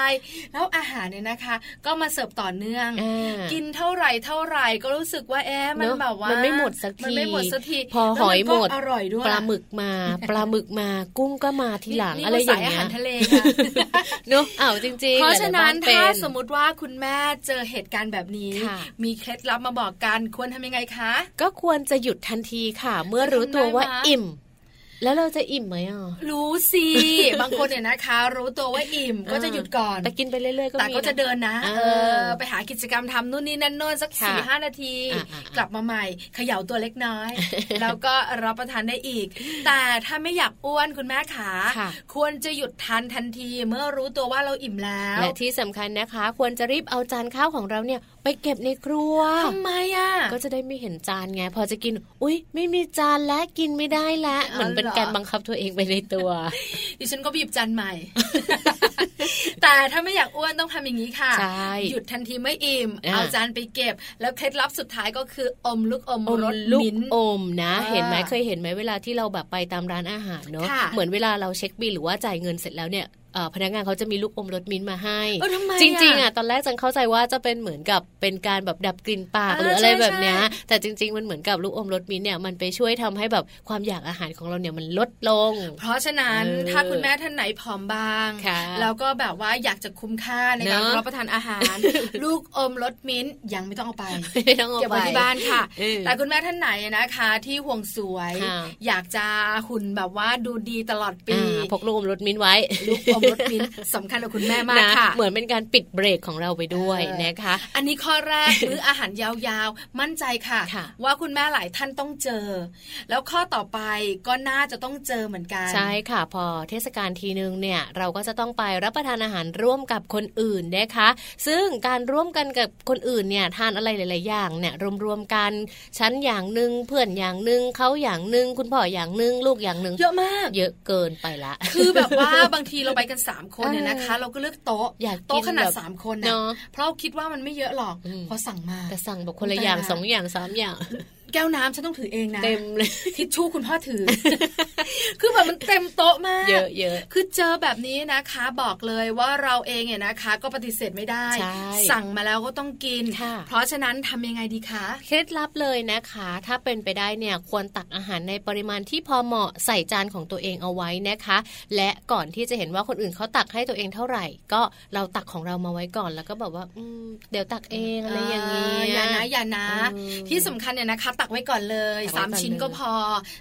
Speaker 4: แล้วอาหารเนี่ยนะคะ ก็มาเสิร์ฟต่อเนื่อง
Speaker 3: ๆอ่า
Speaker 4: กินเท่าไหร่เท่าไหร่ก็รู้สึกว่าแอะมัน
Speaker 3: เนอะ
Speaker 4: แบบว่ามัน
Speaker 3: ไม่หมดสักที
Speaker 4: มันไม่หมดสักที
Speaker 3: พอ
Speaker 4: แล้วน
Speaker 3: หอยหมด
Speaker 4: ก็อร่อยด้วย
Speaker 3: ปลาหมึก มาปลาหมึกมากุ้งก็มาทีหลัง
Speaker 4: นี่
Speaker 3: อะไร
Speaker 4: นี่
Speaker 3: อ
Speaker 4: ก็สายอา
Speaker 3: ย่างเงี้
Speaker 4: หาย รทะเล ค่ะ
Speaker 3: เนอะอ้าวจริงๆ
Speaker 4: เพราะฉะนั้น
Speaker 3: หลยๆบ้เป็
Speaker 4: ถ้าสมมติว่าคุณแม่เจอเหตุการณ์แบบนี้
Speaker 3: ค่ะ
Speaker 4: มีเคล็ดลับมาบอกกันควรทำยังไงคะ
Speaker 3: ก็ควรจะหยุดทันทีค่ะ เมื่อรู้ตัวว่า
Speaker 4: ทำได้ไหม
Speaker 3: อิ่ม แล้วเราจะอิ่มไหมอ่ะ
Speaker 4: รู้สิ บางคนเนี่ยนะคะ รู้ตัวว่าอิ่มก็จะหยุดก่อน
Speaker 3: แต่กินไปเรื่อยๆก็
Speaker 4: แต่
Speaker 3: มี
Speaker 4: ก็จะเดินนะ
Speaker 3: เออ
Speaker 4: เออไปหากิจกรรมทำนู่นนี่นั่นโน่นสัก
Speaker 3: ค่ะ
Speaker 4: สี่ห้านาที
Speaker 3: อ่ะอ่ะอ่ะ
Speaker 4: กลับมาใหม่เขย่าตัวเล็กน้ อย แล้วก็รับประทานได้อีก แต่ถ้าไม่อยากอ้วนคุณแม่ขา
Speaker 3: ค่ะ
Speaker 4: ควรจะหยุดทานทันทีเมื่อรู้ตัวว่าเราอิ่มแล้ว
Speaker 3: และที่สำคัญนะคะ ควรจะรีบเอาจานข้าวของเราเนี่ยไปเก็บในครัว
Speaker 4: ทำไมอ่ะ
Speaker 3: ก็จะได้ไม่เห็นจานไง พอจะกิน อุ๊ย ไม่มีจานแล้วกินไม่ได้แล้ว
Speaker 4: เอา
Speaker 3: เหมือนเป็น
Speaker 4: เหรอ
Speaker 3: การบังคับตัวเองไปในตัว
Speaker 4: ดิฉันก็บีบจานใหม่ แต่ถ้าไม่อยากอ้วนต้องทำอย่างนี้ค่ะ
Speaker 3: ใช่
Speaker 4: หยุดทันทีไม่อิ่ม
Speaker 3: อ่ะ
Speaker 4: เอาจานไปเก็บ แล้วเคล็ดลับสุดท้ายก็คืออมลูกอม
Speaker 3: อม
Speaker 4: รส
Speaker 3: ลูก
Speaker 4: มิ้นท์
Speaker 3: อมนะ
Speaker 4: อ่า
Speaker 3: เห็นไหมเคยเห็นไหมเวลาที่เราแบบไปตามร้านอาหารเนอะ
Speaker 4: ค่ะ
Speaker 3: เหมือนเวลาเราเช็คบิลหรือว่าจ่ายเงินเสร็จแล้วเนี่ยเอ่อพนักงานเขาจะมีลูกอมรสมิ้นท์มาให้
Speaker 4: เออทำไม
Speaker 3: จริง
Speaker 4: อะ
Speaker 3: ๆอ่ะตอนแรกจังเข้าใจว่าจะเป็นเหมือนกับเป็นการแบบดับกลิ่นปาก
Speaker 4: อ่า
Speaker 3: หรืออะไร
Speaker 4: ใช่
Speaker 3: แบบเนี้ย
Speaker 4: ใช่
Speaker 3: แต่จริง ๆ มันเหมือนกับลูกอมรสมิ้นท์เนี่ยมันไปช่วยทำให้แบบความอยากอาหารของเราเนี่ยมันลดลง
Speaker 4: เพราะฉะนั้น
Speaker 3: เออ
Speaker 4: ถ้าคุณแม่ท่านไหนผอมบาง
Speaker 3: ค่ะ
Speaker 4: แล้วก็แบบว่าอยากจะคุ้มค่าในการ
Speaker 3: เนอะ
Speaker 4: รับประทานอา หาร ลูกอมรสมิ้นท์ยังไม่ต้องเอาไป
Speaker 3: ไม่ต้องเอา
Speaker 4: เก็บ
Speaker 3: ไป
Speaker 4: ไว้ที่บ้านค่ะ
Speaker 3: เออ
Speaker 4: แต่คุณแม่ท่านไหนนะคะ ที่ห่วงสวย
Speaker 3: ค่ะ
Speaker 4: อยากจะหุ่นแบบว่าดูดีตลอดปี
Speaker 3: อ่าพกลูกอมรสมิ้นท์ไว้
Speaker 4: ลูกอมรสมิ้นท์ สำคัญกับคุณแม่มาก
Speaker 3: นะ
Speaker 4: ค่ะ
Speaker 3: เหมือนเป็นการปิดเบรกของเราไปด้วย
Speaker 4: เออ
Speaker 3: นะคะ
Speaker 4: อันนี้ข้อแรก มื้ออาหารยาวๆ มั่นใจค่ะ
Speaker 3: ค่ะ
Speaker 4: ว่าคุณแม่หลายท่านต้องเจอ แล้วข้อต่อไปก็น่าจะต้องเจอเหมือนกัน
Speaker 3: ใช่ค่ะพอเทศกาลทีนึงเนี่ยเราก็จะต้องไปรับประทานอาหารร่วมกับคนอื่นนะคะ ซึ่งการร่วมกันกับคนอื่นเนี่ยทานอะไรหลาย ๆ อย่างเนี่ยรวมๆกันฉันอย่างหนึ่งเพื่อนอย่างหนึ่งเขาอย่างหนึ่งคุณพ่ออย่างหนึ่งลูกอย่างหนึ่ง
Speaker 4: เยอะมาก
Speaker 3: เยอะเกินไปละ
Speaker 4: คือแบบว่าบางทีเราไปกัน 3 คนเนี่ย
Speaker 3: เออ
Speaker 4: นะคะ เราก็เลือกโต๊ะ
Speaker 3: อยากกิน
Speaker 4: โต๊ะขนาด
Speaker 3: แบบ
Speaker 4: 3 คน
Speaker 3: เน
Speaker 4: นะ
Speaker 3: อะ
Speaker 4: เพราะเราคิดว่ามันไม่เยอะหรอก
Speaker 3: อืม
Speaker 4: พอสั่งมา
Speaker 3: แต่สั่งแบบคนละอย่าง
Speaker 4: แต่
Speaker 3: สองอย่างสามอย่าง
Speaker 4: แก้วน้ำฉันต้องถือเองนะ
Speaker 3: เต็ม เลย
Speaker 4: ทิชชู่คุณพ่อถือ คือแบบมันเต็มโต๊ะมาก
Speaker 3: เยอะเยอะ
Speaker 4: คือเจอแบบนี้นะคะบอกเลยว่าเราเองเนี่ยนะคะ ก็ปฏิเสธไม่ได้
Speaker 3: ใช่
Speaker 4: สั่งมาแล้วก็ต้องกิน
Speaker 3: ค่ะ
Speaker 4: เพราะฉะนั้นทำยังไงดีคะ
Speaker 3: เคล็ดลับเลยนะคะ ถ้าเป็นไปได้เนี่ยควรตักอาหารในปริมาณที่พอเหมาะใส่จานของตัวเองเอาไว้นะคะ และก่อนที่จะเห็นว่าคนอื่นเขาตักให้ตัวเองเท่าไหร่ ก็เราตักของเรามาไว้ก่อนแล้วก็แบบว่าอืมเดี๋ยวตักเองอะไรอย่างนี้
Speaker 4: อย่านะอย่านะ
Speaker 3: เออ
Speaker 4: ที่สำคัญเนี่ยนะคะ ตักไว้ก่อนเลย
Speaker 3: ตักไว้
Speaker 4: สาม
Speaker 3: ก่อน
Speaker 4: ชิ้นก็
Speaker 3: เลย
Speaker 4: พอ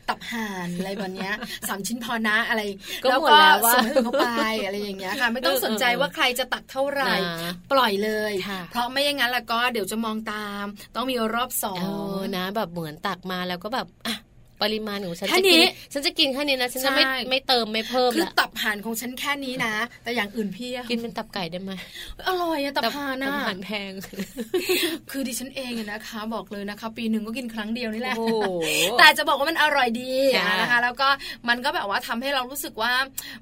Speaker 4: ตับห่านอะไรแบบเนี้ยสามชิ้นพอนะอะไร
Speaker 3: ก็หมดแล้วอะ
Speaker 4: ส่งให้เขาไปอะไรอย่างเงี้ยค่ะ ไม่ต้องสนใจ
Speaker 3: เออเออ
Speaker 4: ว่าใครจะตักเท่าไหร่
Speaker 3: นะ
Speaker 4: ปล่อยเลย
Speaker 3: ค่ะ
Speaker 4: เพราะไม่อย่างนั้นแล้วก็เดี๋ยวจะมองตาม ต้องมีรอบสอ
Speaker 3: เอง อนะ แบบเหมือนตักมาแล้วก็แบบอ่ะ ปริมาณของฉัน
Speaker 4: แค่
Speaker 3: จะ
Speaker 4: นี้
Speaker 3: กินฉันจะกินแค่นี้นะฉันจะไม่
Speaker 4: ใช่
Speaker 3: ไม่เติมไม่เพิ่ม
Speaker 4: คือ
Speaker 3: ละ
Speaker 4: ตับห่านของฉันแค่นี้นะ แต่อย่างอื่นพี่อะ
Speaker 3: กินเป็นตับไก่ได้ไหม
Speaker 4: อร่อยอะตับห่าน
Speaker 3: ตั
Speaker 4: อะ
Speaker 3: บห่านแพง
Speaker 4: คือดิฉันเองอะนะคะ บอกเลยนะคะ ปีหนึ่งก็กินครั้งเดียวนี่แหละ
Speaker 3: โอ้โห
Speaker 4: แต่จะบอกว่ามันอร่อยดี
Speaker 3: ค่ะ
Speaker 4: นะคะ แล้วก็มันก็แบบว่าทำให้เรารู้สึกว่า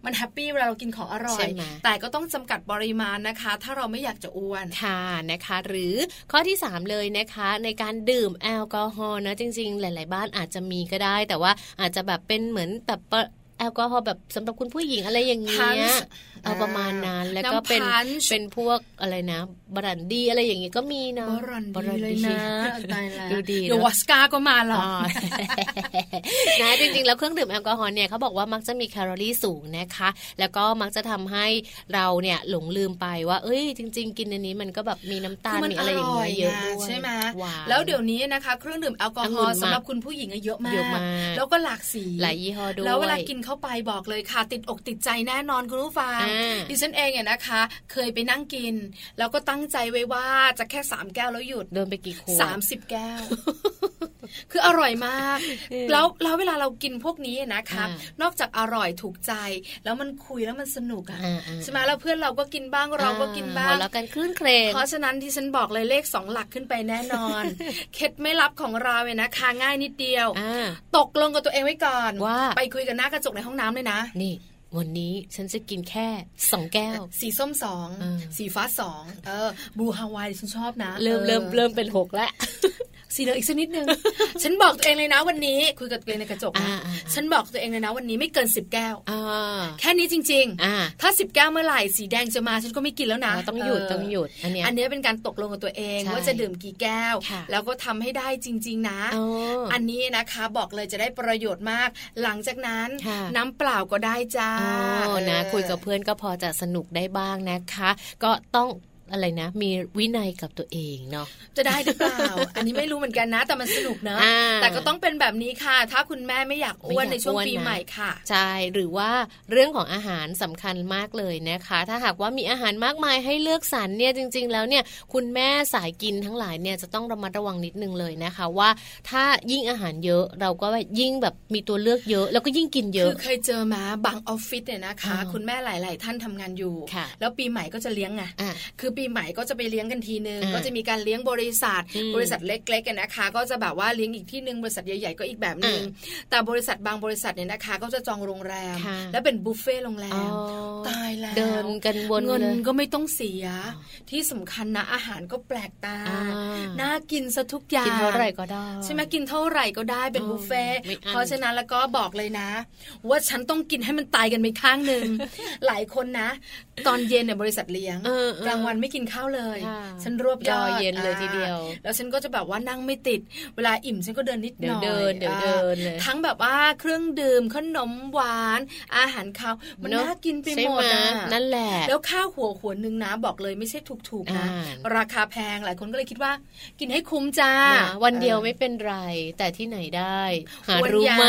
Speaker 4: มันแฮปปี้เวลาเรากินของอร่อ
Speaker 3: ใช่
Speaker 4: ย
Speaker 3: ไหม
Speaker 4: แต่ก็ต้องจำกัดปริมาณนะคะ ถ้าเราไม่อยากจะอ้วน
Speaker 3: ค่ะนะคะ หรือข้อที่ 3 เลยนะคะ ในการดื่มแอลกอฮอล์นะจริง ๆ หลาย ๆ บ้านอาจจะมีก็ได้ แต่ว่าอาจจะแบบเป็นเหมือนแบบปะแอลกอฮอล์แบบสำหรับคุณผู้หญิงอะไรอย่างเงี้ย
Speaker 4: Punch
Speaker 3: เอาประมาณนั้นแล้วก็
Speaker 4: น้ำ
Speaker 3: เป็น
Speaker 4: Punch
Speaker 3: เป็นพวกอะไรนะบรันดีอะไรอย่างเงี้ยก็มีเนาะ
Speaker 4: บรอนดีเลยนะ
Speaker 3: Brandy
Speaker 4: ตายแล้ว
Speaker 3: ดูดี
Speaker 4: เดี๋ยว
Speaker 3: เนอะ
Speaker 4: วอสกาก็มาหรอก
Speaker 3: อ๋อ นะจริงๆ แล้วเครื่องดื่มแอลกอฮอล์เนี่ยเขาบอกว่ามักจะมีแคลอรี่สูงนะคะ แล้วก็มักจะทำให้เราเนี่ยหลงลืมไปว่า เอ้ย จริง ๆ กินอันนี้มันก็แบบมีน้ำตาลมีอะไรอย่างเงี้ยเยอะด้
Speaker 4: ไง
Speaker 3: วย
Speaker 4: ใช่ไหม
Speaker 3: หาน
Speaker 4: แล้วเดี๋ยวนี้นะคะ เครื่องดื่มแอลกอฮอ
Speaker 3: องุ่
Speaker 4: ล์
Speaker 3: นมาก
Speaker 4: สำหรับคุณผู้หญิงอะเยอะมา
Speaker 3: เย
Speaker 4: ก
Speaker 3: อะมาก
Speaker 4: แล้วก็หลากสี
Speaker 3: หลายยี่ห้อด้วย
Speaker 4: แล้วเวลากินเข้าไปบอกเลยค่ะ ติดอกติดใจแน่นอนคุณผู้ฟัง
Speaker 3: อ่า
Speaker 4: ดิฉันเองเนี่ยนะคะ เคยไปนั่งกิน แล้วก็ตั้งใจไว้ว่าจะแค่ 3 แก้วแล้วหยุด
Speaker 3: โดนไปกี่ขวด
Speaker 4: 30 แก้ว คืออร่อยมาก แล้วแล้วเวลาเรากินพวกนี้นะคะ
Speaker 3: อ่าน
Speaker 4: อกจากอร่อยถูกใจ แล้วมันคุยแล้วมันสนุกอะ
Speaker 3: อ่าๆ
Speaker 4: ใช่ไหมแล้วเพื่อนเราก็กินบ้างเราก็กินบ้า
Speaker 3: หั
Speaker 4: ง
Speaker 3: วแล้วกันคลื่นเครง
Speaker 4: เพราะฉะนั้นที่ฉันบอกเลยเลขสองหลักขึ้นไปแน่น อน เคล็ดไม่ลับของเราเนี่ยนะคะง่ายนิดเดียว
Speaker 3: อ่า
Speaker 4: ตกลงกับตัวเองไว้ก่อน
Speaker 3: ว่า
Speaker 4: ไปคุยกันหน้ากระจกในห้องน้ำเลยนะ
Speaker 3: นี่ วันนี้ฉันจะกินแค่สองแก้ว
Speaker 4: สีส้มสอง
Speaker 3: เออ
Speaker 4: สีฟ้าสองเออบูฮาวายดิฉันชอบนะ
Speaker 3: เริ่ม
Speaker 4: ออ
Speaker 3: เริ่มเริ่มเป็นหกแล้ว
Speaker 4: สีเหลืองอีกสักนิดนึง ฉันบอกตัวเองเลยนะวันนี้คุยกับตัวเองในกระจกนะ
Speaker 3: อ่าอ่าอ่า
Speaker 4: ฉันบอกตัวเองเลยนะวันนี้ไม่เกินสิบแก้ว
Speaker 3: อ่า
Speaker 4: แค่นี้จริง
Speaker 3: อ่า
Speaker 4: ๆ ถ้าสิบแก้วเมื่อไหร่สีแดงจะมาฉันก็ไม่กินแล้วนะ
Speaker 3: เราต้องหยุด
Speaker 4: เ
Speaker 3: ต้องหยุดอันเนี้ย
Speaker 4: อันเนี้ยเป็นการตกลงกับตัวเอง
Speaker 3: ใช่
Speaker 4: ว่าจะดื่มกี่แก้ว
Speaker 3: ค่ะ
Speaker 4: แล้วก็ทำให้ได้จริง ๆ นะ
Speaker 3: อ๋ออ
Speaker 4: อันนี้นะคะบอกเลยจะได้ประโยชน์มาก หลังจากนั้น
Speaker 3: ค่ะ
Speaker 4: น้ำเปล่าก็ได้จ้า
Speaker 3: อ๋อนะ
Speaker 4: เออ
Speaker 3: คุยกับเพื่อนก็พอจะสนุกได้บ้างนะคะ ก็ต้องอะไรนะ มีวินัยกับตัวเองเนาะ
Speaker 4: จะได้หรือเปล่า อันนี้ไม่รู้เหมือนกันนะ แต่มันสนุกนะ
Speaker 3: อ่า
Speaker 4: แต่ก็ต้องเป็นแบบนี้ค่ะ ถ้าคุณแม่ไม่อยากอ้วน
Speaker 3: ไม่อยาก
Speaker 4: ในช่วง
Speaker 3: อ้วนนะ
Speaker 4: ปีใหม่ค่ะ
Speaker 3: ใช่หรือว่าเรื่องของอาหารสำคัญมากเลยนะคะ ถ้าหากว่ามีอาหารมากมายให้เลือกสรรเนี่ยจริง ๆ แล้วเนี่ยคุณแม่สายกินทั้งหลายเนี่ยจะต้องระมัดระวังนิดนึงเลยนะคะ ว่าถ้ายิ่งอาหารเยอะเราก็ยิ่งแบบมีตัวเลือกเยอะ แล้วก็ยิ่งกินเย
Speaker 4: คื
Speaker 3: อะ
Speaker 4: อเคยเจอมาบางออฟฟิศเนี่ยนะคะ
Speaker 3: อ่า
Speaker 4: คุณแม่หลาย ๆ ท่านทำงานอยู่
Speaker 3: ค่ะ
Speaker 4: แล้วปีใหม่ก็จะเลี้ยงไง
Speaker 3: อ่ะ
Speaker 4: คือปีใหม่ก็จะไปเลี้ยงกันทีนึง
Speaker 3: อ่า
Speaker 4: ก็จะมีการเลี้ยงบริษัท
Speaker 3: อืม
Speaker 4: บริษัทเล็กๆกันนะคะ ก็จะแบบว่าเลี้ยงอีกที่นึงบริษัทใหญ่ๆก็อีกแบบนึงแต่บริษัทบางบริษัทเนี่ยนะคะ ก็จะจองโรงแรม
Speaker 3: ค่ะ
Speaker 4: แล้วเป็นบุฟเฟ่ต์โรงแร
Speaker 3: อ๋อ
Speaker 4: ม ตายแล้ว
Speaker 3: เดินกันวน
Speaker 4: เงิน
Speaker 3: เลย
Speaker 4: ก็ไม่ต้องเสีย ที่สำคัญนะอาหารก็แปลกตา
Speaker 3: อ่า
Speaker 4: น่ากินซะทุกอย่าง
Speaker 3: กินเท่าไหร่ก็ได้
Speaker 4: ใช่ไหมกินเท่าไหร่ก็ได้เป็น
Speaker 3: อ๋อ
Speaker 4: บุฟเฟ่ต์
Speaker 3: ไม่อั้น
Speaker 4: เพราะฉะนั้นแล้วก็บอกเลยนะ ว่าฉันต้องกินให้มันตายกันไปข้าง หนึ่ง หลายคนนะ ตอนเย็นเนี่ยบริษัทเลี้ยง
Speaker 3: เออเออ
Speaker 4: กลางวันไม่กินข้าวเลย
Speaker 3: ค่ะ
Speaker 4: ฉันรวบยอด
Speaker 3: รอเย็นเลย
Speaker 4: อ่า
Speaker 3: ทีเดียว
Speaker 4: แล้วฉันก็จะแบบว่านั่งไม่ติด เวลาอิ่มฉันก็เดินนิดหน่อย
Speaker 3: เดี๋ยวเดินเดี๋ยวเดินเลย
Speaker 4: อ่าทั้งแบบว่าเครื่องดื่มขนมหวาน อาหารคาวมัน
Speaker 3: เนอะ
Speaker 4: น่ากินไป
Speaker 3: ใช่
Speaker 4: หม
Speaker 3: ไหม
Speaker 4: ดอะ
Speaker 3: นั่นแหละ
Speaker 4: แล้วข้าวหัวหัวหนึ่งนะบอกเลยไม่ใช่ถูกๆนะ
Speaker 3: อ่า
Speaker 4: ราคาแพงหลายคนก็เลยคิดว่า กินให้คุ้มจ้า
Speaker 3: นะวันเดียว
Speaker 4: ออ
Speaker 3: ไม่เป็นไร แต่ที่ไหนได้ หา
Speaker 4: อ้วน
Speaker 3: รู้
Speaker 4: ยาว
Speaker 3: ไหม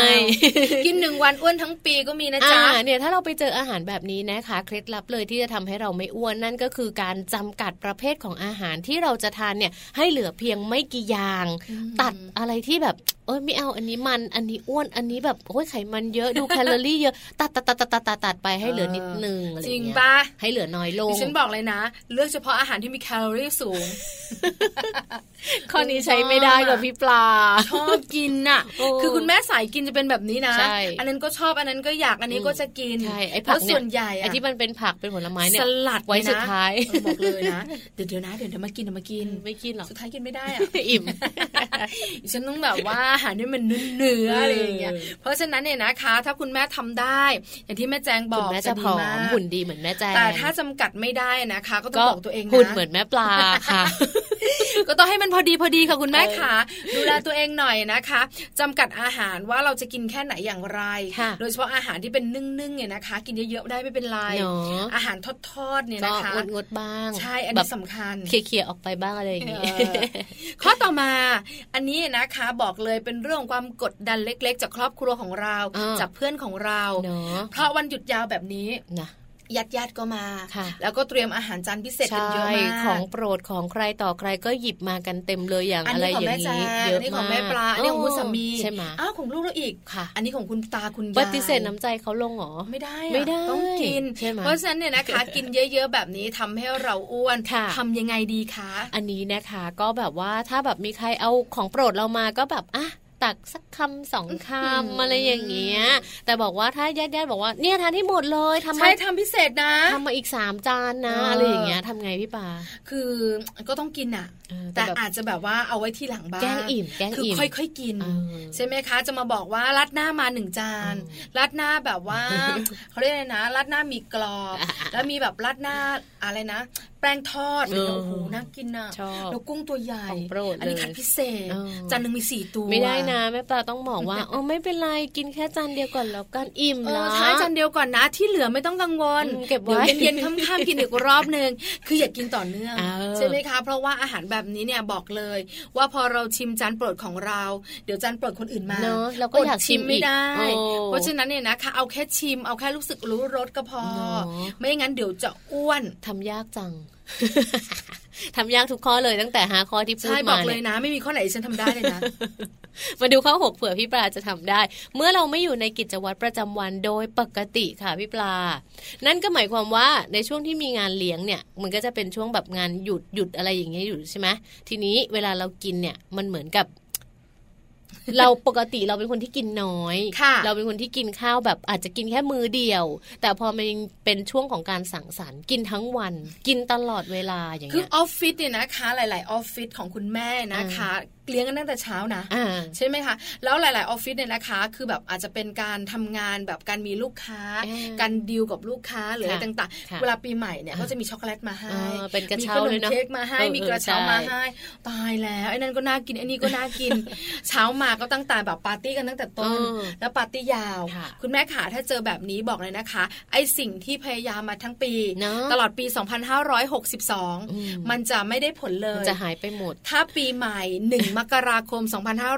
Speaker 4: กินหนึ่งวันอ้วนทั้งปีก็มีนะจ๊ะ
Speaker 3: อ่าเนี่ยถ้าเราไปเจออาหารแบบนี้นะคะเคล็ดลับเลยที่จะทำให้เราไม่อ้วนนั่นก็คือการจำกัดประเภทของอาหารที่เราจะทานเนี่ยให้เหลือเพียงไม่กี่อย่าง ตัดอะไรที่แบบเอ้ยไม่เอาอันนี้มันอันนี้อ้วนอันนี้แบบโอ้ยไขมันเยอะดูแคลอรี่เยอะตัดตัดตัดตัดตัดตัดตัดไปให้เหลือนิดนึงอะไรอ
Speaker 4: จริง
Speaker 3: ย่าเย
Speaker 4: ปะ
Speaker 3: ให้เหลือน้อยลง
Speaker 4: ดิฉันบอกเลยนะ เลือกเฉพาะอาหารที่มีแคลอรี่สูง
Speaker 3: ข้อนี้ใช้ไม่ได้กับพี่ปลา
Speaker 4: ชอบกินน่ะ
Speaker 3: โอ้
Speaker 4: คือคุณแม่สายกินจะเป็นแบบนี้นะ
Speaker 3: ใช่
Speaker 4: อันนั้นก็ชอบอันนั้นก็อยากอันนี้
Speaker 3: อืม
Speaker 4: ก็จะกิน
Speaker 3: ใช่ไอ้ผั
Speaker 4: แล้
Speaker 3: ก
Speaker 4: ว
Speaker 3: เนี่ย
Speaker 4: ส่วนใหญ่
Speaker 3: ไอ้
Speaker 4: อะ
Speaker 3: ที่มันเป็นผักเป็นผลไม้เนี่
Speaker 4: ส
Speaker 3: ย
Speaker 4: ลัด
Speaker 3: ไว้
Speaker 4: นะ
Speaker 3: สุดท้าย
Speaker 4: เออบอกเลยนะเดี๋ยวเดี๋ยวนะเดี๋ยวเดี๋ยวมากินเดี๋ยวมากิน
Speaker 3: ไม่กินหรอก
Speaker 4: สุดท้ายกินไม่ได้อะ
Speaker 3: อิ่ม
Speaker 4: ฉันต้องแบบว่าอาหารที่มันเนื้อเนื้อ
Speaker 3: เอออ
Speaker 4: อะไรอย่างเงี้ยเพราะฉะนั้นเนี่ยนะคะ ถ้าคุณแม่ทำได้ อย่างที่แม่แจงบ
Speaker 3: คุณ
Speaker 4: อก
Speaker 3: แม่จะผอ
Speaker 4: ดีาม ก
Speaker 3: หุ่นดีเหมือนแม่แจง
Speaker 4: แต่ถ้าจำกัดไม่ได้นะคะ ก็ต้อง
Speaker 3: ก็
Speaker 4: บอกตัวเองนะ
Speaker 3: หุ่นเหมือนแม่ปลาค่ะ
Speaker 4: ก็ต้องให้มันพอดีพอดีค่ะคุณแม่ค่ะ ดูแลตัวเองหน่อยนะคะจำกัดอาหารว่าเราจะกินแค่ไหนอย่างไร
Speaker 3: ค่ะ
Speaker 4: โดยเฉพาะอาหารที่เป็นนึ่งๆเนี่ยนะคะ กินเยอะๆได้ไม่เป็นไร
Speaker 3: เนอะ
Speaker 4: อาหารทอดๆเนี่ย
Speaker 3: ก็
Speaker 4: นะคะ
Speaker 3: งดงดๆบ้าง
Speaker 4: ใช่อัน
Speaker 3: แบ
Speaker 4: นี้
Speaker 3: บ
Speaker 4: สำคัญ
Speaker 3: เคลียร์ๆออกไปบ้างอะไรอย่าง
Speaker 4: เอ
Speaker 3: นี้
Speaker 4: อข้อต่อมา อันนี้นะคะบอกเลยเป็นเรื่องความกดดันเล็ก ๆ จากครอบครัวของเรา
Speaker 3: อ่า
Speaker 4: จากเพื่อนของเรา
Speaker 3: เนอะ
Speaker 4: เพราะวันหยุดยาวแบบนี้
Speaker 3: นะ
Speaker 4: ญาติญาติๆก็มา
Speaker 3: ค่ะ
Speaker 4: แล้วก็เตรียมอาหารจานพิเศษกันเยอะ
Speaker 3: ใช่
Speaker 4: มาก
Speaker 3: ของโปรดของใครต่อใครก็หยิบมากันเต็มเลยอย่าง
Speaker 4: อัน
Speaker 3: อะไร
Speaker 4: นี้ขอ
Speaker 3: อง ย่า
Speaker 4: แม่
Speaker 3: ง
Speaker 4: แจ
Speaker 3: นี้
Speaker 4: ง
Speaker 3: เยอะ
Speaker 4: อันนี้ข
Speaker 3: มา
Speaker 4: อก งแม่ปลาอันนี้ของคุณสามี
Speaker 3: ใช่ไหม
Speaker 4: อ้าวของลูกเราอีก
Speaker 3: ค่ะ
Speaker 4: อันนี้ของคุณตาคุณยาย
Speaker 3: ปฏิเสธน้ำใจเขาลงเหรอ
Speaker 4: ไม่ได้อะ
Speaker 3: ไม่ได้
Speaker 4: ต้องกิน
Speaker 3: ใช่ไหม
Speaker 4: เพราะฉะนั้นเนี่ยนะคะ กินเยอะ ๆ แบบนี้ทำให้เราอ้วน
Speaker 3: ค่ะ
Speaker 4: ทำยังไงดีคะ
Speaker 3: อันนี้นะคะก็แบบว่าถ้าแบบมีใครเอาของโปรดเรามาก็แบบอ่ะตักสักคำสองคำอะไรอย่างเงี้ย แต่บอกว่าถ้าญาติๆบอกว่าเนี่ยทานให้หมดเลยทำ
Speaker 4: ใช่
Speaker 3: มา
Speaker 4: ทำพิเศษนะ
Speaker 3: ทำมาอีกสามจานนะ
Speaker 4: เอออ
Speaker 3: อะไรอย่างเงี้ยทำไงพี่ปา
Speaker 4: คือก็ต้องกินอ่ะ
Speaker 3: เออ
Speaker 4: แต่
Speaker 3: แบบ
Speaker 4: อาจจะแบบว่าเอาไว้ที่หลังบ้าน
Speaker 3: แกล้งอิ่มแกล้ง
Speaker 4: คือ
Speaker 3: อิ่ม
Speaker 4: ค่อยๆกิน
Speaker 3: เออ
Speaker 4: ใช่ไหมคะ จะมาบอกว่ารัดหน้ามาหนึ่งจาน
Speaker 3: เออ
Speaker 4: รัดหน้าแบบ ว่า เขาเรียกอะไรนะรัดหน้ามีกรอบ
Speaker 3: อ่ะอ่ะ
Speaker 4: แล้วมีแบบรัดหน้าอะไรนะ แป้งทอด
Speaker 3: เออ
Speaker 4: โอ้โหน่ากินอ่ะ
Speaker 3: ชอบ
Speaker 4: แล้วกุ้งตัวใหญ่
Speaker 3: ของโปรดเลย
Speaker 4: อันี้คัดพิเศษ
Speaker 3: เออ
Speaker 4: จานหนึ่งมีสี่ตัว
Speaker 3: ไม่ได้นะแม่ปลาต้องบอก ว่า อ๋อไม่เป็นไรกินแค่จานเดียวก่อนแล้วกันอิ่ม
Speaker 4: เอ
Speaker 3: แล้ว
Speaker 4: อทานจานเดียวก่อนนะที่เหลือไม่ต้องกังวล
Speaker 3: อืมเก็บไว้
Speaker 4: ดี๋ยเย็นๆค่ำๆกินอีกรอบห นึ่งคืออย่ากินต่อเนื่อง
Speaker 3: เออ
Speaker 4: ใช่ไหมคะ เพราะว่าอาหารแบบนี้เนี่ยบอกเลย ว่าพอเราชิมจานโปรดของเรา เดี๋ยวจานโปรดคนอื่นมา
Speaker 3: เนอะเราก็อยากชิม
Speaker 4: ดไม่ได้
Speaker 3: อีกโอ้
Speaker 4: เพราะฉะนั้นเนี่ยนะคะ เอาแค่ชิมเอาแค่รู้สึกรู้รสก็พอ
Speaker 3: เนอะ
Speaker 4: ไม่งั้นเดี๋ยวจะอ้วน
Speaker 3: ทำยากจัง ทำยากทุกข้อเลยตั้งแต่หาข้อที่พูด
Speaker 4: ใช่บ
Speaker 3: มา
Speaker 4: อกเลย
Speaker 3: นี่
Speaker 4: นะ ไม่มีข้อไหนที่ฉันทำได้เลย นะ
Speaker 3: มาดูข้อหกเผื่อพี่ปลาจะทำได้ เมื่อเราไม่อยู่ในกิจวัตรประจำวันโดยปกติค่ะพี่ปลา นั่นก็หมายความว่าในช่วงที่มีงานเลี้ยงเนี่ย มันก็จะเป็นช่วงแบบงานหยุดหยุดอะไรอย่างเงี้ยอยู่ใช่ไหมทีนี้เวลาเรากินเนี่ยมันเหมือนกับ เราปกติเราเป็นคนที่กินน้อย
Speaker 4: ค่ะ
Speaker 3: เราเป็นคนที่กินข้าวแบบอาจจะกินแค่มื้อเดียว แต่พอมันเป็นช่วงของการสังสรรค์กินทั้งวัน กินตลอดเวลาอย่าง
Speaker 4: คือ
Speaker 3: เงี้ย
Speaker 4: ออฟฟิศเนี่ยนะคะ หลาย ๆ ออฟฟิศของคุณแม่นะคะเลี้ยงกันตั้งแต่เช้านะ
Speaker 3: อ่า
Speaker 4: ใช่ไหมคะ แล้วหลาย ๆ ออฟฟิศเนี่ยนะคะ คือแบบอาจจะเป็นการทำงานแบบการมีลูกค้า
Speaker 3: อ่า
Speaker 4: การดีลกับลูกค้าหรืออะไร
Speaker 3: ค่ะ
Speaker 4: ต่าง
Speaker 3: ค่ะ
Speaker 4: ๆ เวลาปีใหม่เนี่ย
Speaker 3: อ่า
Speaker 4: ก็จะมีช็อกโกแลตมาให้
Speaker 3: อ่าเป็นกระเช้า
Speaker 4: ขน
Speaker 3: เลย
Speaker 4: ม
Speaker 3: เนอะ
Speaker 4: เค้กมาให้
Speaker 3: เออ
Speaker 4: มีกระเช้า
Speaker 3: เออใช่
Speaker 4: มาให้ ตายแล้วไอ้นั่นก็น่ากินไอ้นี่ก็น่า กิน เช้ามาก็ตั้งแต่แบบปาร์ตี้กันตั้งแต่ต้น
Speaker 3: เออ
Speaker 4: แล้วปาร์ตี้ยาว
Speaker 3: ค่ะ
Speaker 4: ณแม่ขาถ้าเจอแบบนี้บอกเลยนะคะ ไอ้สิ่งที่พยายามมาทั้งปี
Speaker 3: เนอะ
Speaker 4: ตลอดปี 2562 มันจะไม่ได้ผลเล
Speaker 3: มัน
Speaker 4: ย
Speaker 3: จะหายไปหมด
Speaker 4: ถ้าปีใหม่ 1 มกราคม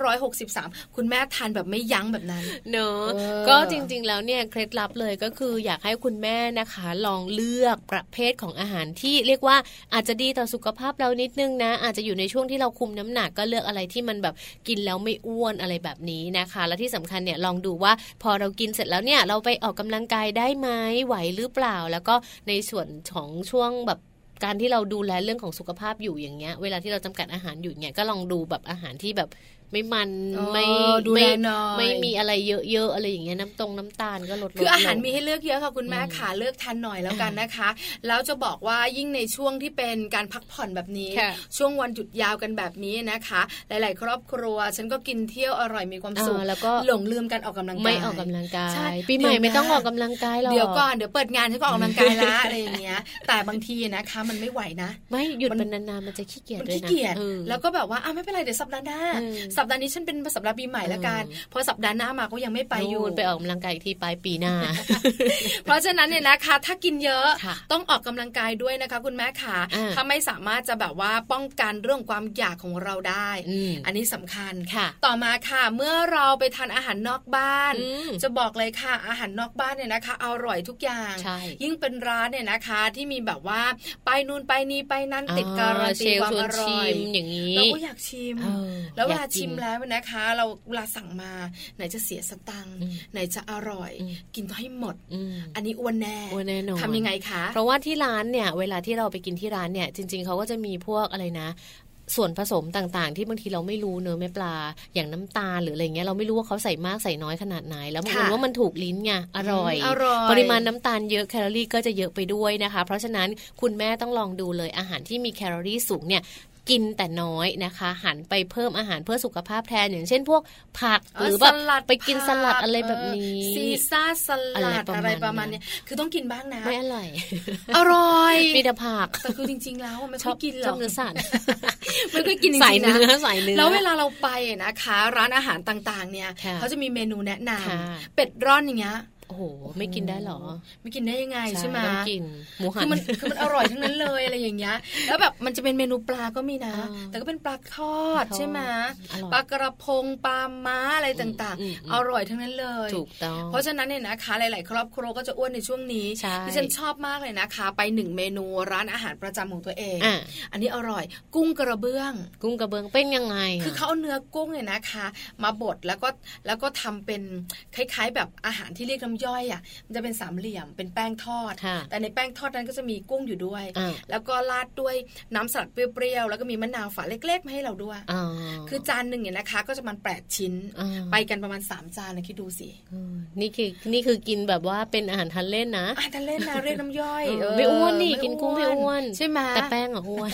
Speaker 4: 2563 คุณแม่ทานแบบไม่ยั้งแบบนั้น
Speaker 3: เนอะ
Speaker 4: เออ
Speaker 3: ก็จริงๆแล้วเนี่ยเคล็ดลับเลยก็คืออยากให้คุณแม่นะคะ ลองเลือกประเภทของอาหารที่เรียกว่าอาจจะดีต่อสุขภาพเรานิดนึงนะ อาจจะอยู่ในช่วงที่เราคุมน้ำหนักก็เลือกอะไรที่มันแบบกินแล้วไม่อ้วนอะไรแบบนี้นะคะ และที่สำคัญเนี่ยลองดูว่าพอเรากินเสร็จแล้วเนี่ยเราไปออกกำลังกายได้ไหมไหวหรือเปล่า แล้วก็ในส่วนของช่วงแบบการที่เราดูแลเรื่องของสุขภาพอยู่อย่างเงี้ย เวลาที่เราจำกัดอาหารอยู่เนี่ยก็ลองดูแบบอาหารที่แบบไม่มัน
Speaker 4: อ๋อ
Speaker 3: ไม่
Speaker 4: ดูแล
Speaker 3: ไม่
Speaker 4: หน่อย
Speaker 3: ไม่มี อะไรเยอะๆอะไรอย่างเงี้ยน้ำตรงน้ำตาลก็ลดลด
Speaker 4: คืออาหาร
Speaker 3: ลง
Speaker 4: มีให้เลือกเยอะค่ะคุณแม่ค่ะเลือกทานหน่อยแล้วกันนะคะ แล้วจะบอกว่ายิ่งในช่วงที่เป็นการพักผ่อนแบบนี้
Speaker 3: ค่ะ
Speaker 4: ช่วงวันหยุดยาวกันแบบนี้นะคะ หลาย ๆ ครอบครัว ฉันก็กินเที่ยวอร่อยมีความ
Speaker 3: เอ
Speaker 4: สุข
Speaker 3: อแล้วก็
Speaker 4: หลงลืมการออกกำลังกาย
Speaker 3: ไม่ออกกำลังกา
Speaker 4: ใช่
Speaker 3: ย ปีใหม่
Speaker 4: เดี๋ยวนะ
Speaker 3: ไม่ต้องออกกำลังกายหรอก
Speaker 4: เดี๋ยวก่อนเดี๋ยวเปิดงานฉันก็ออกกำลังกายละอะไรอย่างเงี้ย แต่บางทีนะคะมันไม่ไหวนะ
Speaker 3: ไม่หยุด
Speaker 4: มัน
Speaker 3: เป็นนานๆมันจะขี้เกียจ
Speaker 4: มัน
Speaker 3: ด้วย
Speaker 4: ขี้
Speaker 3: นะ
Speaker 4: เกียจ
Speaker 3: ออ
Speaker 4: แล้วก็แบบว่าอ่ะไม่เป็นไรเดี๋ยวสัปดาห์หน้า
Speaker 3: อืม
Speaker 4: สัปดาห์นี้ฉันเป็นสัปดาห์ปีใหม่ละกัน
Speaker 3: เออ
Speaker 4: พอสัปดาห์หน้ามาก็ยังไม่ไปอยู่
Speaker 3: นู่นไปออกกำลังกายอีกทีปลายปีหน้า
Speaker 4: เพราะฉะนั้นเนี่ยนะคะ ถ้ากินเยอะ
Speaker 3: ค่ะ
Speaker 4: ต้องออกกำลังกายด้วยนะคะ คุณแม่ค่ะ
Speaker 3: อ่า
Speaker 4: ถ้าไม่สามารถจะแบบว่าป้องกันเรื่องความอยากของเราได้
Speaker 3: อืม
Speaker 4: อันนี้สำคัญ
Speaker 3: ค่ะ
Speaker 4: ต่อมาค่ะ เมื่อเราไปทานอาหารนอกบ้าน
Speaker 3: อืม
Speaker 4: จะบอกเลยค่ะ อาหารนอกบ้านเนี่ยนะคะ อร่อยทุกอย่าง
Speaker 3: ใช่
Speaker 4: ยิ่งเป็นร้านเนี่ยนะคะ ที่มีแบบว่าไปนู่นไปนี่ไปนั่นติดการัน
Speaker 3: เช
Speaker 4: ตี
Speaker 3: ล
Speaker 4: ความ
Speaker 3: ชว
Speaker 4: อน ร่
Speaker 3: ชิ
Speaker 4: อย
Speaker 3: มอย่างนี้
Speaker 4: เราก็อยากชิม
Speaker 3: เออ
Speaker 4: แล้วเวลาย
Speaker 3: อากกิน
Speaker 4: ชิมแล้วนะคะ เราเวลาสั่งมา ไหนจะเสียสตังค์
Speaker 3: อืม
Speaker 4: ไหนจะอร่อย
Speaker 3: อืม
Speaker 4: กินให้หมด
Speaker 3: อืม
Speaker 4: อันนี้อ้วนแน่
Speaker 3: อ้วนแน่นอน
Speaker 4: ทำยังไงคะ
Speaker 3: เพราะว่าที่ร้านเนี่ยเวลาที่เราไปกินที่ร้านเนี่ยจริง ๆเขาก็จะมีพวกอะไรนะ ส่วนผสมต่างๆ ที่บางทีเราไม่รู้เนื้อะแม่ปลาอย่างน้ำตาลหรืออะไรเงี้ยเราไม่รู้ว่าเขาใส่มากใส่น้อยขนาดไหน แล้วมัน
Speaker 4: ค่ะ
Speaker 3: ว่ามันถูกลิ้นไงอร่
Speaker 4: อืมอร่อย
Speaker 3: ปริมาณน้ำตาลเยอะแคลอรี่ก็จะเยอะไปด้วยนะคะ เพราะฉะนั้นคุณแม่ต้องลองดูเลยอาหารที่มีแคลอรี่สูงเนี่ยกินแต่น้อยนะคะ หันไปเพิ่มอาหารเพื่อสุขภาพแทนอย่างเช่นพวกผักหรือแบบ
Speaker 4: เสลัด
Speaker 3: ไปกิน
Speaker 4: ผั
Speaker 3: สลัดอะไรแบบนี้
Speaker 4: เออซีซ่าสลัด
Speaker 3: อะ
Speaker 4: อะไร ไร
Speaker 3: ป
Speaker 4: ประ ระ
Speaker 3: มา
Speaker 4: มา
Speaker 3: ณ
Speaker 4: ณ
Speaker 3: นั้น
Speaker 4: เนี้ยคือต้องกินบ้างนะ
Speaker 3: ไม่อร่อย
Speaker 4: อร่อย
Speaker 3: มีแต่ผัก
Speaker 4: แต่คือจริง ๆ แล้วไม่
Speaker 3: ช
Speaker 4: ค่
Speaker 3: อ
Speaker 4: อบ ยกินห
Speaker 3: ช
Speaker 4: ร
Speaker 3: อ
Speaker 4: อบ ก
Speaker 3: เนื้อสัตว์
Speaker 4: ไม่ ค่อยกินจริงๆ
Speaker 3: สายเนื้อ
Speaker 4: นะ
Speaker 3: สายเนื้อ
Speaker 4: แล้วเวลาเราไปนะคะ ร้านอาหารต่างๆ เนี่ย
Speaker 3: ค่ะ
Speaker 4: เขาจะมีเมนูแนะน
Speaker 3: ค่ะ
Speaker 4: ำเป็ดร่อนอย่างเงี้ย
Speaker 3: โอ้โห ไม่กินได้เหรอ
Speaker 4: ไม่กินได้ยังไงใช่ไหม
Speaker 3: ต้องกิน หมูหั
Speaker 4: คื
Speaker 3: น
Speaker 4: อมันคือมันอร่อยทั้งนั้นเลยอะไรอย่างเงี้ย แล้วแบบมันจะเป็นเมนูปลาก็มีนะ
Speaker 3: อ่า
Speaker 4: แต่ก็เป็นปลาทอด
Speaker 3: ทอด
Speaker 4: ใช่ไหม
Speaker 3: อร่อย
Speaker 4: ปลากระพงปลาม้าอะไรต่าง
Speaker 3: อืมอืม
Speaker 4: ๆ อร่อยทั้งนั้นเลย
Speaker 3: ถูกต้อง
Speaker 4: เพราะฉะนั้นเนี่ยนะคะหลาย ๆ ครอบครัวก็จะอ้วนในช่วงนี้
Speaker 3: ใช่
Speaker 4: ดิฉันชอบมากเลยนะคะ ไปหนึ่งเมนูร้านอาหารประจำของตัวเอง
Speaker 3: อ่ะ
Speaker 4: อันนี้อร่อย กุ้งกระเบื้อง
Speaker 3: กุ้งกระเบื้องเป็นยังไงะ
Speaker 4: คือเขาเอาเนื้อกุ้งเนี่ยนะคะ มาบดแล้วก็แล้วก็ทำเป็นคล้าย ๆ แบบอาหารที่เรียกน้ำย่อยอ่ะมันจะเป็นสามเหลี่ยมเป็นแป้งทอด
Speaker 3: ค่ะ
Speaker 4: แต่ในแป้งทอดนั้นก็จะมีกุ้งอยู่ด้วย
Speaker 3: อ่า
Speaker 4: แล้วก็ราดด้วยน้ำสลัดเปรี้ยวๆแล้วก็มีมะนาวฝาเล็ก ๆ มาให้เราด้วย
Speaker 3: อ๋อ
Speaker 4: คือจานหนึ่งเนี่ยนะคะ ก็จะมันแปดชิ้น
Speaker 3: อ่า
Speaker 4: ไปกันประมาณสามจานนะคิดดูสิ
Speaker 3: เออนี่คือนี่คือกินแบบว่าเป็นอาหารทานเล่นนะ
Speaker 4: อ่ะแต่เล่นนะเรียกน้ำย่อย
Speaker 3: เอ
Speaker 4: เ
Speaker 3: อไม่อ้วนนี่กินกุ้งไม่อ้วน
Speaker 4: ใช่ไหม
Speaker 3: แต่แป้งอ่ะอ้วน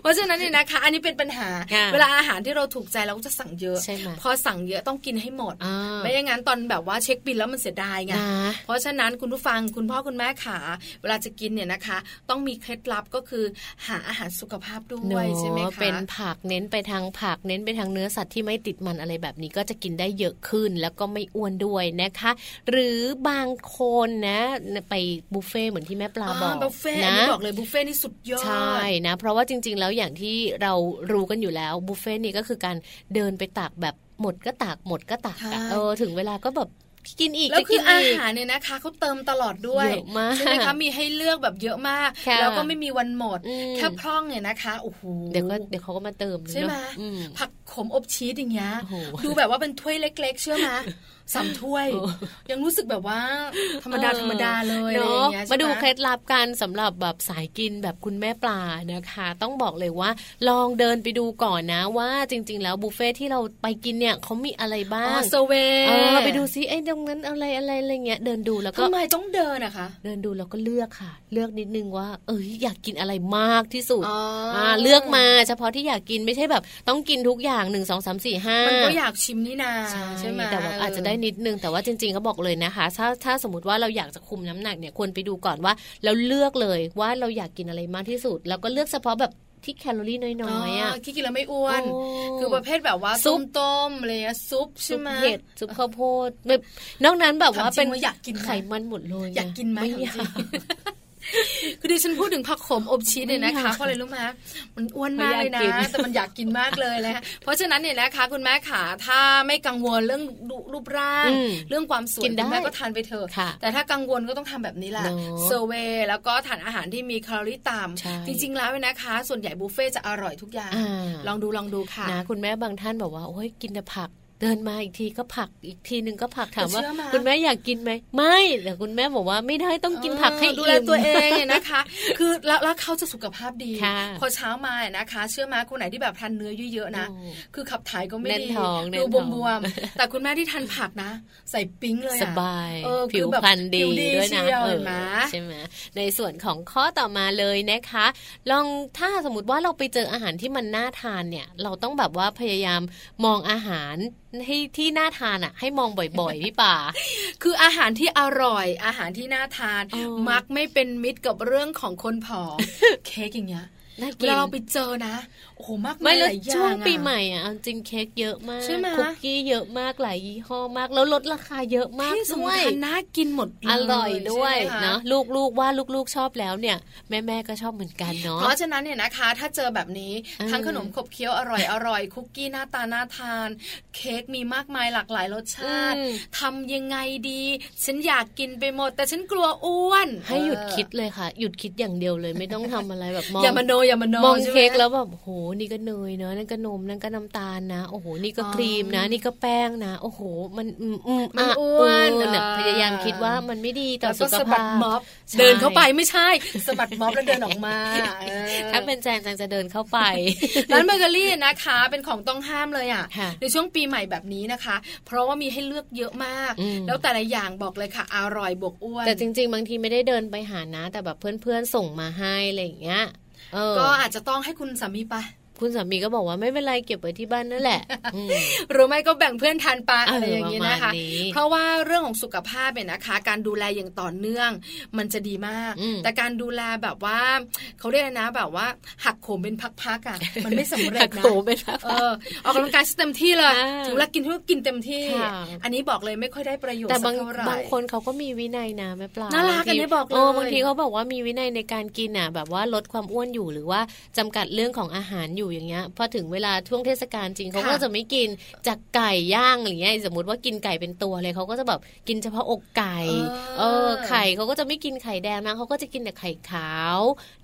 Speaker 4: เพราะฉะนั้นเนี่ยนะคะ อันนี้เป็นปัญหา
Speaker 3: ค่ะ
Speaker 4: เวลาอาหารที่เราถูกใจเราก็จะสั่งเยอะ
Speaker 3: ใช่ไหม
Speaker 4: พอสั่งเยอะต้องกินให้หมด
Speaker 3: อ่า
Speaker 4: ไม่อย่างนั้นตอนแบบว่าเช็คบิลแล้วมันเสียดายไง
Speaker 3: นะ
Speaker 4: เพราะฉะนั้นคุณผู้ฟังคุณพ่อคุณแม่ขาเวลาจะกินเนี่ยนะคะ ต้องมีเคล็ดลับก็คือหาอาหารสุขภาพด้วย
Speaker 3: เนอะ
Speaker 4: ใช่ไหมคะ
Speaker 3: เป็นผักเน้นไปทางผักเน้นไปทางเนื้อสัตว์ที่ไม่ติดมันอะไรแบบนี้ก็จะกินได้เยอะขึ้นแล้วก็ไม่อ้วนด้วยนะคะ หรือบางคนนะ ไปบุฟเฟ่ต์เหมือนที่แม่ปลา
Speaker 4: อ่า
Speaker 3: บอก
Speaker 4: บุฟเฟ่ต์อัน
Speaker 3: นะ
Speaker 4: นี้บอกเลยบุฟเฟ่ต์นี่สุดยอด
Speaker 3: ใช่นะเพราะว่าจริง ๆ แล้วอย่างที่เรารู้กันอยู่แล้วบุฟเฟ่ต์นี่ก็คือการเดินไปตักแบบหมดก็ตักหมดก็ตักอะ
Speaker 4: ใช่
Speaker 3: เออถึงเวลาก็แบบกินอีก
Speaker 4: แล้ว
Speaker 3: จะ
Speaker 4: คื
Speaker 3: กิ
Speaker 4: อน อา
Speaker 3: อีก
Speaker 4: หารเนี่ยนะคะเขาเติมตลอดด้วย
Speaker 3: เยอะมาก
Speaker 4: ใช่ไหมคะมีให้เลือกแบบเยอะมาก
Speaker 3: ค่ะ
Speaker 4: แล้วก็ไม่มีวันหมด
Speaker 3: อืม
Speaker 4: แค่พร่องเนี่ยนะคะโอ้โห
Speaker 3: เดี๋ยวก็เดี๋ยวเขาก็มาเติม
Speaker 4: ใช่ไหม
Speaker 3: เนอะอืม
Speaker 4: ผักขมอบชีสอย่างเงี้ย
Speaker 3: โอ้โห
Speaker 4: ดูแบบว่าเป็นถ้วยเล็ก ๆ เชื่อไหม สามถ้วย
Speaker 3: โอ้
Speaker 4: ยังรู้สึกแบบว่า ธรรมดา
Speaker 3: ออ
Speaker 4: ธรรมดาเลยอะไรอย่า
Speaker 3: เนาะ
Speaker 4: งเงี้ยใช่
Speaker 3: มา
Speaker 4: ไห
Speaker 3: ดูเคล็ดลับกันสำหรับแบบสายกินแบบคุณแม่ปลานะคะ ต้องบอกเลยว่า ลองเดินไปดูก่อนนะว่าจริง ๆ แล้วบุฟเฟ่ที่เราไปกินเนี่ยเขามีอะไร
Speaker 4: อ๋
Speaker 3: บ้า
Speaker 4: อง เซเวย์
Speaker 3: เออไปดูซิไอ้ยตรงนั้นอะไรอะไรอะไรเงี้ยเดินดูแล้วก็
Speaker 4: ทำไมต้องเดินอะคะ
Speaker 3: เดินดูแล้วก็เลือกค่ะ เลือกนิดนึงว่า เอยอยากกินอะไรมากที่สุด
Speaker 4: อ๋ออ่
Speaker 3: าเลือกมาเฉพาะที่อยากกินไม่ใช่แบบ ต้องกินทุกอย่างหนึ่งสองสามสี่ห้า
Speaker 4: มันก็อยากชิมนี่นาใช่ไหม
Speaker 3: แต่ว่าอาจจะได้นิดนึงแต่ว่าจริงๆเขาบอกเลยนะคะ ถ้าถ้าสมมติว่าเราอยากจะคุมน้ำหนักเนี่ยควรไปดูก่อนว่าเราเลือกเลยว่าเราอยากกินอะไรมากที่สุด แล้วก็เลือกเฉพาะแบบที่แคลอรี่น้อยๆอ่ะ
Speaker 4: ขี้กินแล้วไม่อ้วน
Speaker 3: โอ้
Speaker 4: คือประเภทแบบว่า
Speaker 3: ซุ
Speaker 4: ซุ
Speaker 3: ป
Speaker 4: ปต้มอะไรเงี้ยซุปใช่
Speaker 3: ซุป
Speaker 4: ไหม
Speaker 3: เห็ดซุปข้าวโพดแบบนอกนั้นแบบว่า
Speaker 4: ถามจริง
Speaker 3: เป็น
Speaker 4: ว่าอยากกินไหม
Speaker 3: ไขมันหมดเลยะ
Speaker 4: อยากกินไหม
Speaker 3: ไม่
Speaker 4: ถามจ
Speaker 3: อยา
Speaker 4: ริ
Speaker 3: ก
Speaker 4: ง คือดิฉันพูดถึงผักขมอบชีสเนี่ยนะคะเพราะอะไรรู้ไหมมันอ้วนมากเลยนะ
Speaker 3: มันอยากกิน
Speaker 4: แต่มันอยากกินมากเลยนะคะเพราะฉะนั้นเนี่ยนะคะคุณแม่ขาถ้าไม่กังวลเรื่องรูปร่าง
Speaker 3: อืม
Speaker 4: เรื่องความสวย
Speaker 3: กินได้
Speaker 4: คุณแม่ก็ทานไปเถอะ
Speaker 3: ค่ะ
Speaker 4: แต่ถ้ากังวลก็ต้องทำแบบนี้แหละ
Speaker 3: เนอะ
Speaker 4: เซอร์เวย์แล้วก็ทานอาหารที่มีแคลอรี่ต่
Speaker 3: ใช่
Speaker 4: ำจริง ๆ แล้วเนี่ยนะคะ ส่วนใหญ่บุฟเฟ่ต์จะอร่อยทุกอย่าง
Speaker 3: อ่า
Speaker 4: ลองดูลองดูค่ะ
Speaker 3: นะคุณแม่บางท่านบอกว่าโอ้ยกินแต่ผัก เดินมาอีกทีก็ผักอีกทีหนึ่งก็ผักถามว่า
Speaker 4: เชื่อมา
Speaker 3: คุณแม่อยากกินไหมไม่แต่คุณแม่บอกว่าไม่ได้ต้องกินผักให้
Speaker 4: เออดูแล
Speaker 3: อิ่ม
Speaker 4: ตัวเองเนี่ยนะคะ คือแล้วแล้วเขาจะสุขภาพดี
Speaker 3: ค่ะ
Speaker 4: พอเช้ามาเนี่ยนะคะ เชื่อมาคนไหนที่แบบทานเนื้อเยอะๆนะ
Speaker 3: โอ้
Speaker 4: คือขับถ่ายก็ไม่
Speaker 3: แน่น
Speaker 4: ดี
Speaker 3: ท้องแน่น
Speaker 4: ดู
Speaker 3: ท้
Speaker 4: บ
Speaker 3: อง
Speaker 4: วมๆแต่คุณแม่ที่ทานผักนะ ใส่ปิ๊งเลยอะ
Speaker 3: สบาย
Speaker 4: เออ
Speaker 3: ผิ
Speaker 4: คือ
Speaker 3: ว
Speaker 4: แบบ
Speaker 3: พรรณดี
Speaker 4: ผิว
Speaker 3: ด้วยนะ
Speaker 4: เชี
Speaker 3: เอ
Speaker 4: เห็
Speaker 3: อ
Speaker 4: ไหม
Speaker 3: ใช่ไหมในส่วนของข้อต่อมาเลยนะคะ ลองถ้าสมมติว่าเราไปเจออาหารที่มันน่าทานเนี่ย เราต้องแบบว่าพยายามมองอาหารให้ที่น่าทานอ่ะ ให้มองบ่อยๆ พี่ ป่า
Speaker 4: คืออาหารที่อร่อย อาหารที่น่าทาน
Speaker 3: อ๋อ
Speaker 4: มักไม่เป็นมิตรกับเรื่องของคนผ อมเค้กอย่างเงี้ย
Speaker 3: น่า
Speaker 4: เว
Speaker 3: กิน
Speaker 4: ลาเราไปเจอนะโอ้โหมากมา
Speaker 3: ไม่
Speaker 4: ยห
Speaker 3: แล้ว
Speaker 4: ลายอย่าง
Speaker 3: ช่วงปี
Speaker 4: อะ
Speaker 3: ใหม่อ่ะเอาจริงเค้กเยอะมาก
Speaker 4: ใช่ไหม
Speaker 3: คุกกี้เยอะมากหลายยี่ห้อมาก แล้วลดราคาเยอะมาก
Speaker 4: ที่
Speaker 3: ด้ว
Speaker 4: สำ
Speaker 3: ย
Speaker 4: คัญน่ากินหมดเล
Speaker 3: อร่อยด้วย
Speaker 4: ใช่ไหมค
Speaker 3: เนาะลูกๆว่าลูกๆชอบแล้วเนี่ย แม่ๆก็ชอบเหมือนกันเนาะ
Speaker 4: เพราะฉะนั้นเนี่ยนะคะ ถ้าเจอแบบนี้
Speaker 3: อืม
Speaker 4: ทั้งขนมขบเคี้ยวอร่อยอร่อยคุกกี้หน้าตาน่าทาน เค้กมีมากมายหลากหลายรสชาติ
Speaker 3: อืม
Speaker 4: ทำยังไงดี ฉันอยากกินไปหมด แต่ฉันกลัวอ้วน
Speaker 3: ให้หยุดคิด
Speaker 4: เ
Speaker 3: เลยค่ะ หยุดคิดอย่างเดียวเลยไม่ต้องทำอะไรแบบม
Speaker 4: อ
Speaker 3: อ
Speaker 4: อง อย่ามโนอย่ามโน
Speaker 3: มอง
Speaker 4: ใช่ไห
Speaker 3: เค้กแล้วแบบโอ้โหนี่ก็เนยเนอะนั่นก็นมนั่นก็น้ำตาลนะ โอ้โหนี่ก็
Speaker 4: อ๋อ
Speaker 3: ครีมนะ นี่ก็แป้งนะ โอ้โห มันอืมอืม
Speaker 4: มันะ อ้วน
Speaker 3: เน่ะ
Speaker 4: อ่า
Speaker 3: พยายามคิดว่ามันไม่ดีต่อ
Speaker 4: แล้ว
Speaker 3: สุ
Speaker 4: ก็
Speaker 3: ข
Speaker 4: สะบั
Speaker 3: ภา
Speaker 4: ด
Speaker 3: พ
Speaker 4: ม็อบ
Speaker 3: ใช่
Speaker 4: เดินเข้าไปไม่ใช่สะบัดม็อบแล้วเดินออก มาเออ
Speaker 3: ถ้าเป็นแจงแจงจะเดินเข้าไป
Speaker 4: ร้านเบเกอรี่นะคะเป็นของต้องห้ามเลยอ่ะ
Speaker 3: ค่ะ
Speaker 4: ในช่วงปีใหม่แบบนี้นะคะ เพราะว่ามีให้เลือกเยอะมาก
Speaker 3: อืม
Speaker 4: แล้วแต่ละอย่างบอกเลยค่ะ อร่อยบวกอ้วน
Speaker 3: แต่จริง ๆ บางทีไม่ได้เดินไปหานะ แต่แบบเพื่อนๆส่งมาให้อะไรอย่างเงี้ยเออ
Speaker 4: ก็อาจจะต้องให้คุณสามีไป
Speaker 3: คุณสามีก็บอกว่าไม่เป็นไรเก็บไว้ที่บ้านนั่นแหละอืม
Speaker 4: หรือไม่ก็แบ่งเพื่อนทานปลา
Speaker 3: เอออ
Speaker 4: อะไรอย่างนี้นะคะ
Speaker 3: ประมาณนี้
Speaker 4: เพราะว่าเรื่องของสุขภาพเนี่ยนะคะ การดูแลอย่างต่อเนื่อง มันจะดีมาก
Speaker 3: อืม
Speaker 4: แต่การดูแลแบบว่าเขาเรียกอะไรนะแบบว่า หักโหมเป็นพั กๆอ่ะมันไม่สำเร็จ
Speaker 3: โข
Speaker 4: นะ
Speaker 3: ไม่ทัก
Speaker 4: เออออกกำลังกายเต็มที่เลย
Speaker 3: อ่า
Speaker 4: ถึงเวลากินทุกกินเต็มที่
Speaker 3: ค่ะ
Speaker 4: อันนี้บอกเลยไม่ค่อยได้ประโยชน์
Speaker 3: แต่
Speaker 4: สัก
Speaker 3: บาง
Speaker 4: เท่าไหร่
Speaker 3: บางคนเขาก็มีวินัยนะแม่ปลา
Speaker 4: น่ารักอันนี้บอกเลย
Speaker 3: เออบางทีเขาบอกว่ามีวินัยในการกินอ่ะ แบบว่าลดความอ้วนอยู่หรือว่าจำกัดเรื่องของอาหารอยู่อย่างเงี้ยพอถึงเวลาช่วงเทศกาลจริงเขาก็จะไม่กินจากไก่ย่างอะไรเงี้ยสมมติว่ากินไก่เป็นตัวเลยเขาก็จะแบบกินเฉพาะอกไก่ เออไข่เขาก็จะไม่กินไข่แดงนะเขาก็จะกินแต่ไข่ขาว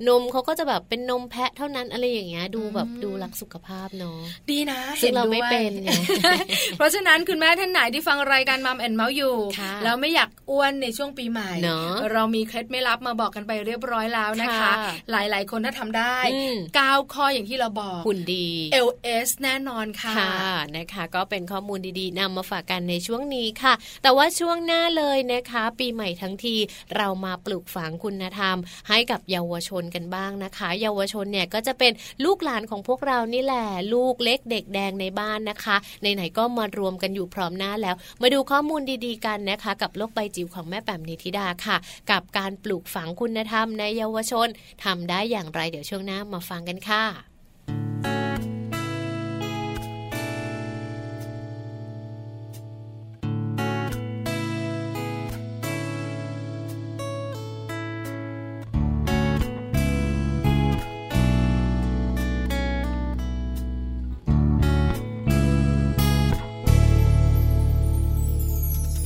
Speaker 3: นมเขาก็จะแบบเป็นนมแพะเท่านั้นอะไรอย่างเงี้ยดูแบบดูรักสุขภาพเนาะ
Speaker 4: ดีนะ
Speaker 3: ซึ่งเราไม่เป็นไง
Speaker 4: เห็ ด้วย เพราะฉะนั้นคุณแม่ท่านไหนที่ฟังรายการมัมแอนเมาส์อยู่
Speaker 3: ค่ะ
Speaker 4: แล้วไม่อยากอ้วนในช่วงปีใหม่
Speaker 3: เนอะ
Speaker 4: เรามีเคล็ดไม่ลับมาบอกกันไปเรียบร้อยแล้วนะคะ
Speaker 3: ค่ะ
Speaker 4: หลายๆ คนถ้าทำได้
Speaker 3: อืม
Speaker 4: ก้าวข้ออย่างที่เราบอก
Speaker 3: หุ่นดี
Speaker 4: LS แน่นอนค่ะ
Speaker 3: ค่ะนะคะก็เป็นข้อมูลดีๆนำมาฝากกันในช่วงนี้ค่ะ แต่ว่าช่วงหน้าเลยนะคะ ปีใหม่ทั้งทีเรามาปลูกฝังคุณธรรม ให้กับเยาวชนกันบ้างนะคะ เยาวชนเนี่ยก็จะเป็นลูกหลานของพวกเรานี่แหละลูกเล็กเด็กแดงในบ้านนะคะไหนๆก็มารวมกันอยู่พร้อมหน้าแล้ว มาดูข้อมูลดีๆกันนะคะ กับโลกใบจิ๋วของแม่แปมนิธิดาค่ะ กับการปลูกฝังคุณธรรมในเยาวชนทำได้อย่างไรเดี๋ยวช่วงหน้ามาฟังกันค่ะ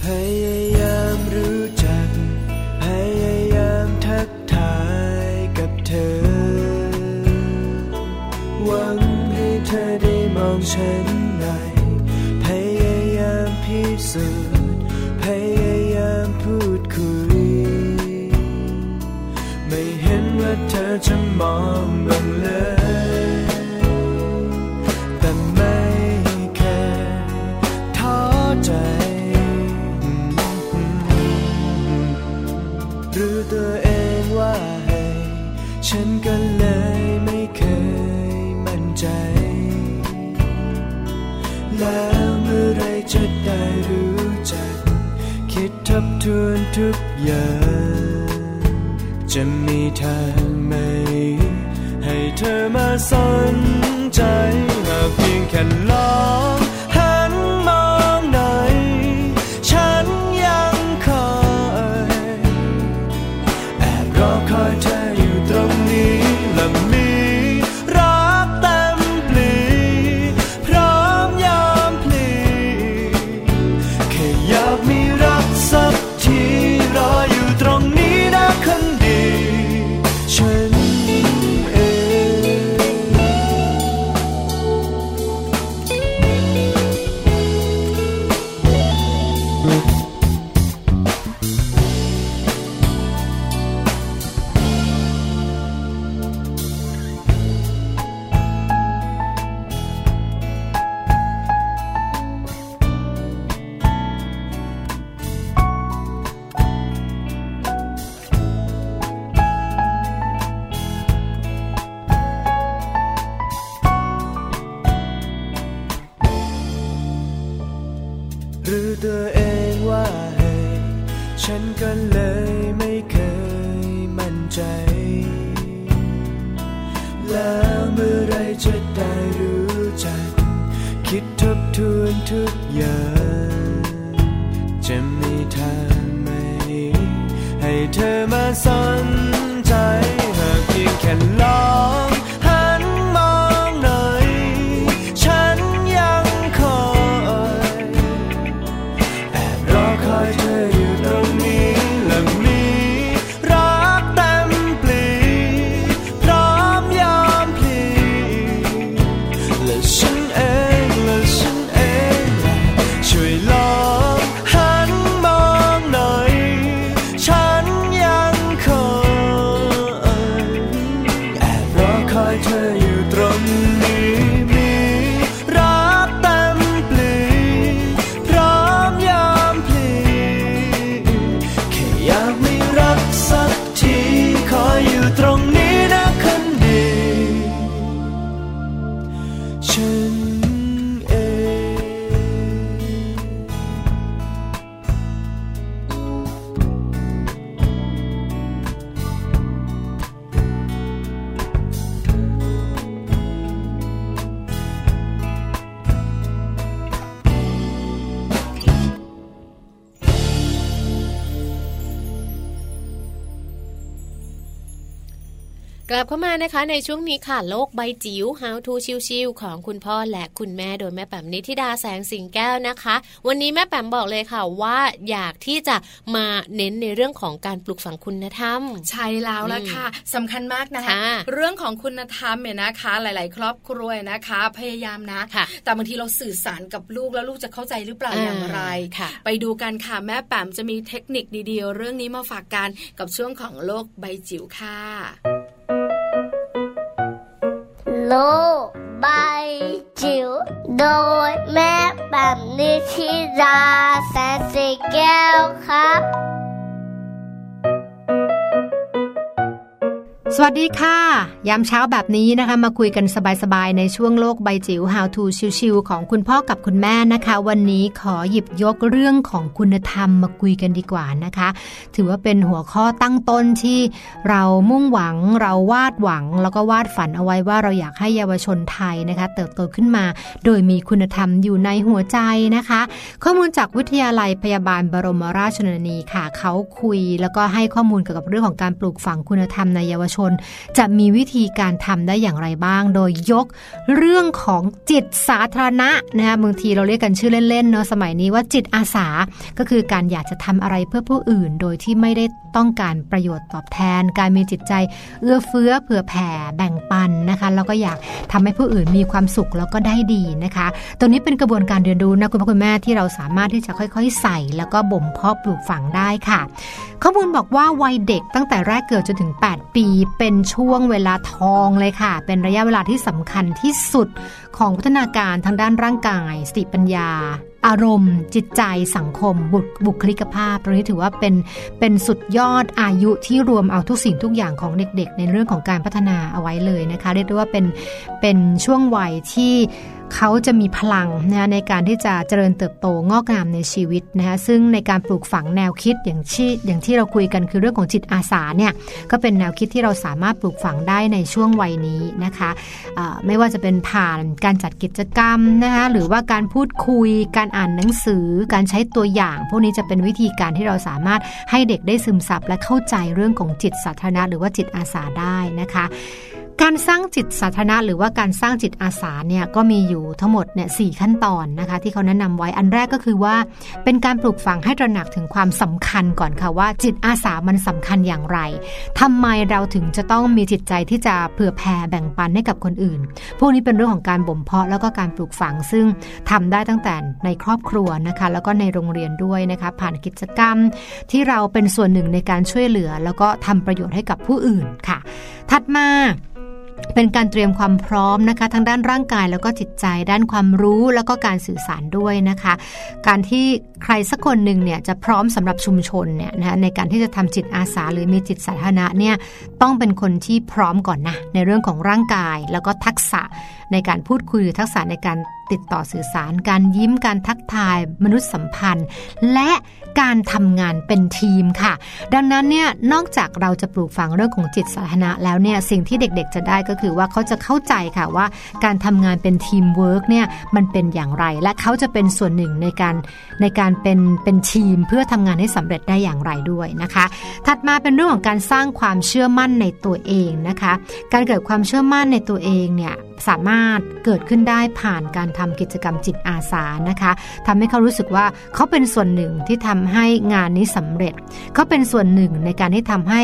Speaker 7: พยายามรู้จัก พยายามทักทายกับเธอ หวังให้เธอได้มองฉันหน่อยพยายามพิสูจน์พยายามพูดคุย ไม่เห็นว่าเธอจะมองบ้างเลย แต่ไม่เคยท้อใจ รู้ตัวเองว่าให้ฉันก็เลยไม่เคยมั่นใจ แล้วเมื่อไรจะได้รู้จัก คิดทบทวนทุกอย่าง จะมีทางไหม ให้เธอมาสนใจหากเพียงแค่ลองหันมองหน่อย ฉันยังคอย แอบรอคอยเธออยู่ตรงนี้และมีรักเต็มปลีพร้อมยอมพลีแค่อยากมีรักสักทีรออยู่ตรงนี้นะคนดี ฉันเอง หรือตัวเองว่าให้ฉันก็เลยไม่เคยมั่นใจ แล้วเมื่อไรจะได้รู้จัก คิดทบทวนทุกอย่าง จะมีทางไหม ให้เธอมาสนใจ หากเพียงแค่ลองหันมองหน่อย ฉันยังคอย แอบรอคอยเธออยู่ตรงนี้และมีรักเต็มปลีพร้อมยอมพลีและฉันเองและฉันเองล่ะช่วยลองหันมองหน่อย ฉันยังคอย
Speaker 2: ฉันเอง
Speaker 3: กลับเข้ามานะคะในช่วงนี้ค่ะโลกใบจิ๋ว How to ชิวๆของคุณพ่อและคุณแม่โดยแม่แปมนิธิดาแสงสิงแก้วนะคะ วันนี้แม่แปมบอกเลยค่ะว่าอยากที่จะมาเน้นในเรื่องของการปลูกฝังคุณธรรม
Speaker 4: ใช่แล้วละค่ะสำคัญมากนะคะ
Speaker 3: ค่ะ
Speaker 4: เรื่องของคุณธรรมเนี่ยนะคะ หลาย ๆ ครอบครัวนะคะ พยายามนะ
Speaker 3: ค่ะ
Speaker 4: แต่บางทีเราสื่อสารกับลูกแล้วลูกจะเข้าใจหรือเปล่า
Speaker 3: อ่า
Speaker 4: อย่างไร
Speaker 3: ค่ะ
Speaker 4: ไปดูกันค่ะแม่แปมจะมีเทคนิคดี ๆ เรื่องนี้มาฝากกันกับช่วงของโลกใบจิ๋วค่ะ
Speaker 8: โลกใบจิ๋วโดยแม่แบบนิชิราแสนสีแก้วครับ
Speaker 9: สวัสดีค่ะ ยามเช้าแบบนี้นะคะ มาคุยกันสบายๆ ในช่วงโลกใบจิ๋ว How to ชิวๆของคุณพ่อกับคุณแม่นะคะ วันนี้ขอหยิบยกเรื่องของคุณธรรมมาคุยกันดีกว่านะคะ ถือว่าเป็นหัวข้อตั้งต้นที่เรามุ่งหวังเราวาดหวัง แล้วก็วาดฝันเอาไว้ว่าเราอยากให้เยาวชนไทยนะคะ เติบโตขึ้นมา โดยมีคุณธรรมอยู่ในหัวใจนะคะ ข้อมูลจากวิทยาลัยพยาบาลบรมราชชนนีค่ะ เขาคุยแล้วก็ให้ข้อมูลเกี่ยวกับเรื่องของการปลูกฝังคุณธรรมในเยาวชน จะมีวิธีการทำได้อย่างไรบ้าง โดยยกเรื่องของจิตสาธารณะนะคะบางทีเราเรียกกันชื่อเล่นๆเนาะสมัยนี้ว่าจิตอาสา ก็คือการอยากจะทำอะไรเพื่อผู้อื่น โดยที่ไม่ได้ต้องการประโยชน์ตอบแทน การมีจิตใจเอื้อเฟื้อเผื่อแผ่แบ่งปันนะคะแล้วก็อยากทำให้ผู้อื่นมีความสุขแล้วก็ได้ดีนะคะ ตรงนี้เป็นกระบวนการเรียนรู้นะคุณพ่อคุณแม่ที่เราสามารถที่จะค่อยๆ ใส่ แล้วก็บ่มเพาะปลูกฝังได้ค่ะ ข้อมูลบอกว่าวัยเด็กตั้งแต่แรกเกิดจนถึง 8 ปี เป็นช่วงเวลาทองเลยค่ะ เป็นระยะเวลาที่สำคัญที่สุดของพัฒนาการทางด้านร่างกาย สติปัญญา อารมณ์ จิตใจสังคม บุคบุคลิกภาพตรงนี้ถือว่าเป็นเป็นสุดยอดอายุที่รวมเอาทุกสิ่งทุกอย่างของเด็ก ๆ ในเรื่องของการพัฒนาเอาไว้เลยนะคะ เรียกได้ว่าเป็นเป็นช่วงวัยที่ เขาจะมีพลังนะในการที่จะเจริญเติบโตงอกงามในชีวิตนะคะซึ่งในการปลูกฝังแนวคิดอย่างที่อย่างที่เราคุยกันคือเรื่องของจิตอาสาเนี่ยก็เป็นแนวคิดที่เราสามารถปลูกฝังได้ในช่วงวัยนี้นะคะเอ่อไม่ว่าจะเป็นผ่านการจัดกิจกรรมนะคะหรือว่าการพูดคุย การอ่านหนังสือ การใช้ตัวอย่าง พวกนี้จะเป็นวิธีการที่เราสามารถให้เด็กได้ซึมซับและเข้าใจเรื่องของจิตสาธารณะหรือว่าจิตอาสาได้นะคะ การสร้างจิตสาธารณะหรือว่าการสร้างจิตอาสาเนี่ยก็มีอยู่ทั้งหมดเนี่ยสขั้นตอนนะคะ ที่เขาแนะนำไว้อันแรกก็คือว่า เป็นการปลูกฝังให้ตระหนักถึงความสำคัญก่อนค่ะว่า จิตอาสามันสำคัญอย่างไรทำไมเราถึงจะต้องมีจิตใจที่จะเผื่อแผ่แบ่งปันให้กับคนอื่น พวกนี้เป็นเรื่องของการบ่มเพาะแล้วก็การปลูกฝังซึ่งทำได้ตั้งแต่ในครอบครัวนะคะ แล้วก็ในโรงเรียนด้วยนะคะ ผ่านกิจกรรม ที่เราเป็นส่วนหนึ่งในการช่วยเหลือ แล้วก็ทำประโยชน์ให้กับผู้อื่นค่ะ ถัดมา เป็นการเตรียมความพร้อมนะคะทั้งด้านร่างกายแล้วก็จิตใจด้านความรู้แล้วก็การสื่อสารด้วยนะคะ การที่ใครสักคนหนึ่งเนี่ยจะพร้อมสำหรับชุมชนเนี่ยนะคะในการที่จะทำจิตอาสาหรือมีจิตสาธารณะเนี่ยต้องเป็นคนที่พร้อมก่อนนะในเรื่องของร่างกายแล้วก็ทักษะในการพูดคุยหรือทักษะในการติดต่อสื่อสาร การยิ้มการทักทายมนุษยสัมพันธ์ และการทำงานเป็นทีมค่ะ ดังนั้นเนี่ยนอกจากเราจะปลูกฝังเรื่องของจิตสาธารณะแล้วเนี่ยสิ่งที่เด็กๆจะได้ก็คือว่าเขาจะเข้าใจค่ะว่าการทำงานเป็นทีมเวิร์กเนี่ยมันเป็นอย่างไร และเขาจะเป็นส่วนหนึ่งในการในการเป็นเป็นทีมเพื่อทำงานให้สำเร็จได้อย่างไรด้วยนะคะ ถัดมาเป็นเรื่องของการสร้างความเชื่อมั่นในตัวเองนะคะ การเกิดความเชื่อมั่นในตัวเองเนี่ยสามารถเกิดขึ้นได้ผ่านการทำกิจกรรมจิตอาสานะคะทำให้เขารู้สึกว่าเขาเป็นส่วนหนึ่งที่ทำให้งานนี้สำเร็จ เขาเป็นส่วนหนึ่งในการที่ทำให้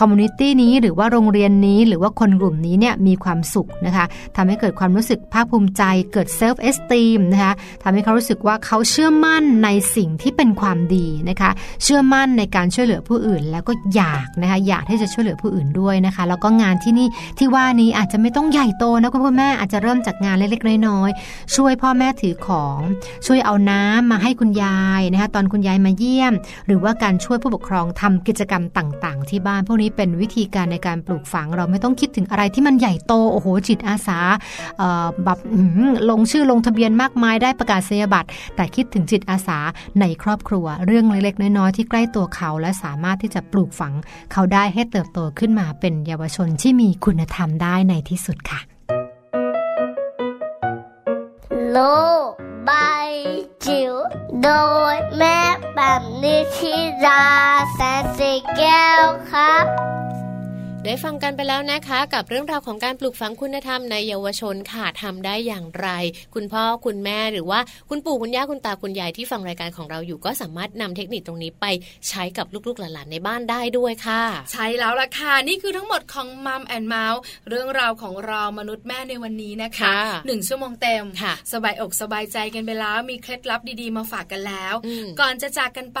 Speaker 9: คอมมูนิตี้นี้หรือว่าโรงเรียนนี้หรือว่าคนกลุ่มนี้เนี่ยมีความสุขนะคะทำให้เกิดความรู้สึกภาคภูมิใจ เกิดเซลฟ์เอสติมนะคะทำให้เขารู้สึกว่าเขาเชื่อมั่นในสิ่งที่เป็นความดีนะคะเชื่อมั่นในการช่วยเหลือผู้อื่น แล้วก็อยากนะคะอยากที่จะช่วยเหลือผู้อื่นด้วยนะคะแล้วก็งานที่นี่ที่ว่านี้อาจจะไม่ต้องใหญ่โตนะคุณพ่อแม่อาจจะเริ่มจากงานเล็กๆน้อยๆช่วยพ่อแม่ถือของ ช่วยเอาน้ำมาให้คุณยายนะคะตอนคุณยายมาเยี่ยม หรือว่าการช่วยผู้ปกครองทำกิจกรรมต่างๆ ที่บ้านพวกนี้ นี้เป็นวิธีการในการปลูกฝัง เราไม่ต้องคิดถึงอะไรที่มันใหญ่โตโอ้โหจิตอาสาเอ่อแบบอื้อหือลงชื่อลงทะเบียนมากมายได้ประกาศนียบัตร แต่คิดถึงจิตอาสาในครอบครัว เรื่องเล็กๆน้อยๆที่ใกล้ตัวเขา และสามารถที่จะปลูกฝัง เขาได้ให้เติบโตขึ้นมาเป็นเยาวชนที่มีคุณธรรมได้ในที่สุดค่ะ
Speaker 8: โลกใบจิ๋วโดยแม่แบบนิชิราแสนสีแก้วครับ
Speaker 3: ได้ฟังกันไปแล้วนะคะ กับเรื่องราวของการปลูกฝังคุณธรรมในเยาวชนค่ะทำได้อย่างไร คุณพ่อคุณแม่หรือว่าคุณปู่คุณย่าคุณตาคุณยายที่ฟังรายการของเราอยู่ก็สามารถนำเทคนิคตรงนี้ไปใช้กับลูกๆหลานๆในบ้านได้ด้วยค่ะ
Speaker 4: ใช่แล้วล่ะค่ะ นี่คือทั้งหมดของมัมแอนเมาส์เรื่องราวของเรามนุษย์แม่ในวันนี้นะคะ
Speaker 3: ค่ะ
Speaker 4: หนึ่งชั่วโมงเต็ม
Speaker 3: ค่ะ
Speaker 4: สบายอกสบายใจกันไปแล้ว มีเคล็ดลับดีๆมาฝากกันแล้ว
Speaker 3: อืม
Speaker 4: ก่อนจะจากกันไป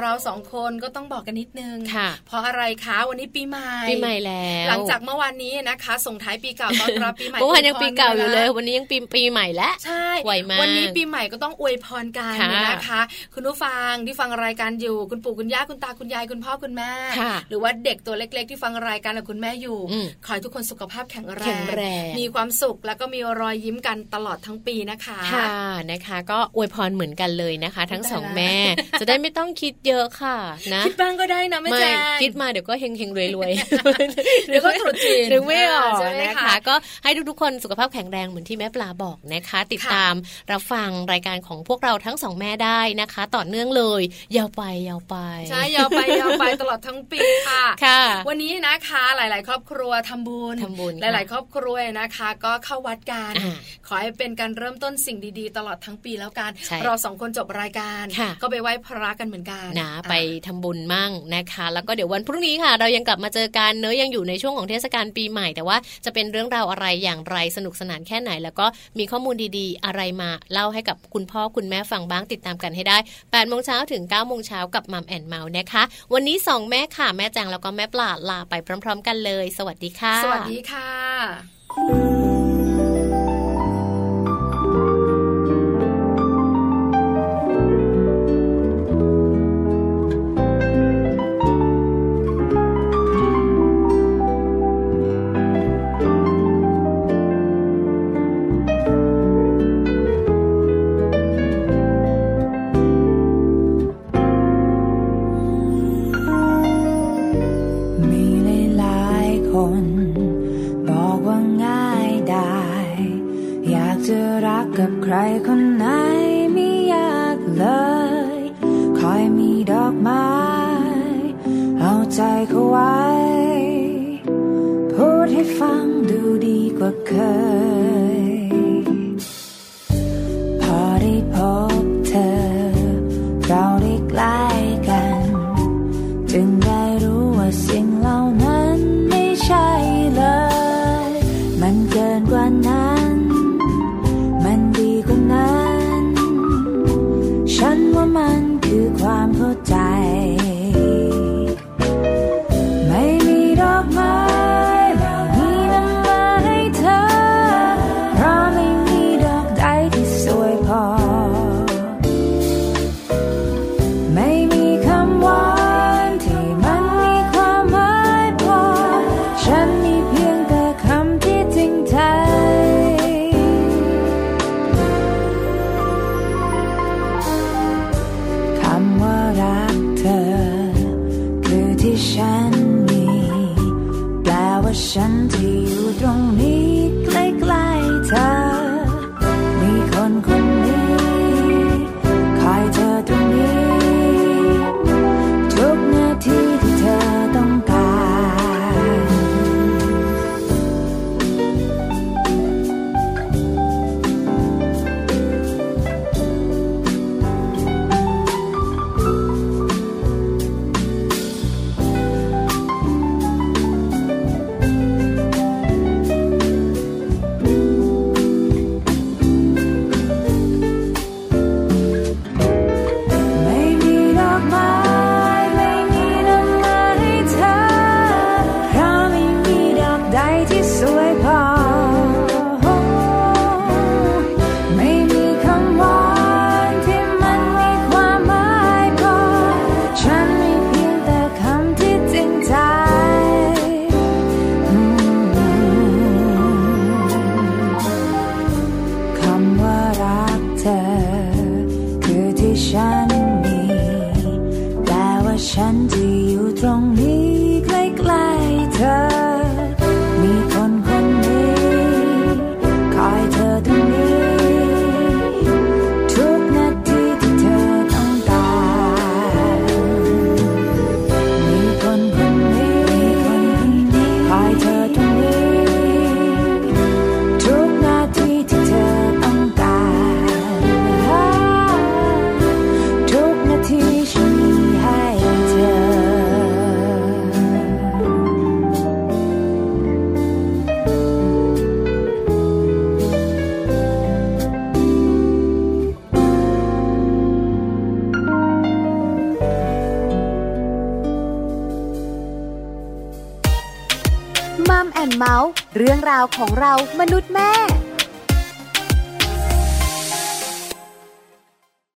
Speaker 4: เราสองคนก็ต้องบอกกันนิดนึง
Speaker 3: ค่ะ
Speaker 4: เพราะอะไรคะวันนี้ปีใหม่
Speaker 3: ปีใหม่แล้ว
Speaker 4: หลังจากเมื่อวานนี้นะคะ ส่งท้ายปีเก่าต้อนรับปีใหม่
Speaker 3: เมื่อวานยัง
Speaker 4: ว
Speaker 3: ปีเก่าอยู่เลย
Speaker 4: นะ
Speaker 3: วันนี้ยังปีปีใหม่แล้ว
Speaker 4: ใช่
Speaker 3: ไวมาก
Speaker 4: นนี้ปีใหม่ก็ต้องอวยพรกัน
Speaker 3: ค่ะ
Speaker 4: นะคะ คุณผู้ฟังที่ฟังรายการอยู่ คุณปู่คุณย่าคุณตาคุณยายคุณพ่อคุณแม่
Speaker 3: ค่ะ
Speaker 4: หรือว่าเด็กตัวเล็ก ๆ ที่ฟังรายการกับคุณแม่อยู่
Speaker 3: อืม
Speaker 4: ขอให้ทุกคนสุขภาพแข็งแรง
Speaker 3: แข็งแรง
Speaker 4: มีความสุขแล้วก็มีรอยยิ้มกันตลอดทั้งปีนะคะ
Speaker 3: ค่ะนะคะ ก็อวยพรเหมือนกันเลยนะคะ ทั้ง
Speaker 4: ไม่เป็นไร
Speaker 3: สองแม่ จะได้ไม่ต้องคิดเยอะค่ะนะ
Speaker 4: คิดบ้างก็ได้นะแม่แจง
Speaker 3: คิดมาเดี๋ยวก็เฮงเฮงรวยรวย
Speaker 4: เดี๋ยวก็ตรุษจีน
Speaker 3: นึกไม่ออก
Speaker 4: ใช่ไหม
Speaker 3: นะคะ
Speaker 4: คะ
Speaker 3: ก็ให้ทุกๆคนสุขภาพแข็งแรงเหมือนที่แม่ปลาบอกนะคะ ติด
Speaker 4: ค่ะ
Speaker 3: ตามรับฟังรายการของพวกเราทั้งสองแม่ได้นะคะ ต่อเนื่องเลย ยาวไปยาวไป
Speaker 4: ใช่ยาวไปยาวไปตลอดทั้งปีค่ะ
Speaker 3: ค่ะ
Speaker 4: วันนี้นะคะหลาย ๆ ครอบครัวทำบุญ
Speaker 3: ทำบุญ
Speaker 4: หลาย ๆ ครอบครัวนะคะ ก็เข้าวัดกัน
Speaker 3: อ่า
Speaker 4: ขอให้เป็นการเริ่มต้นสิ่งดีๆ ตลอดทั้งปีแล้วกัน
Speaker 3: ใช่
Speaker 4: เราสองคนจบรายการ
Speaker 3: ค่ะ
Speaker 4: ก็ไปไหว้พระกันเหมือนกัน
Speaker 3: นะ
Speaker 4: อ่ะ
Speaker 3: ไปทำบุญมั่งนะคะ แล้วก็เดี๋ยววันพรุ่งนี้ค่ะ เรายังกลับมาเจอกันเนอะยังอยู่ในช่วงของเทศกาลปีใหม่ แต่ว่าจะเป็นเรื่องราวอะไรอย่างไรสนุกสนานแค่ไหน แล้วก็มีข้อมูลดีๆ อะไรมาเล่าให้กับคุณพ่อคุณแม่ฟังบ้างติดตามกันให้ได้8โมงเช้าถึง9โมงเช้ากับมัมแอนเมาส์นะคะ วันนี้ 2 แม่ค่ะ แม่แจงแล้วก็แม่ปลาลาไปพร้อม ๆ กันเลย สวัสดีค่ะ
Speaker 4: สวัสดีค่ะ
Speaker 10: มีหลายๆคน บอกว่าง่ายได้ อยากจะรักกับใครคนไหนไม่ยากเลย คอยมีดอกไม้ เอาใจเขาไว้ พูดให้ฟังดูดีกว่าเคย พอได้พบเธอ เราได้ใกล้กัน จึงได้รู้ว่าสิ่งเหล่านั้นไม่ใช่เลย มันเกินกว่านั้น มันดีกว่านั้น ฉันว่ามันคือความเข้าใจ ไม่มีดอกไม้เรามีมันมาให้เธอ เพราะไม่มีดอกใดที่สวยพอ ไม่มีคำหวานที่มันมีความหมายพอ ฉันมีเพียงแต่คำที่จริงใจ คำว่ารักเธอ
Speaker 5: มัมแอนเมาส์เรื่องราวของเรามนุษย์แม่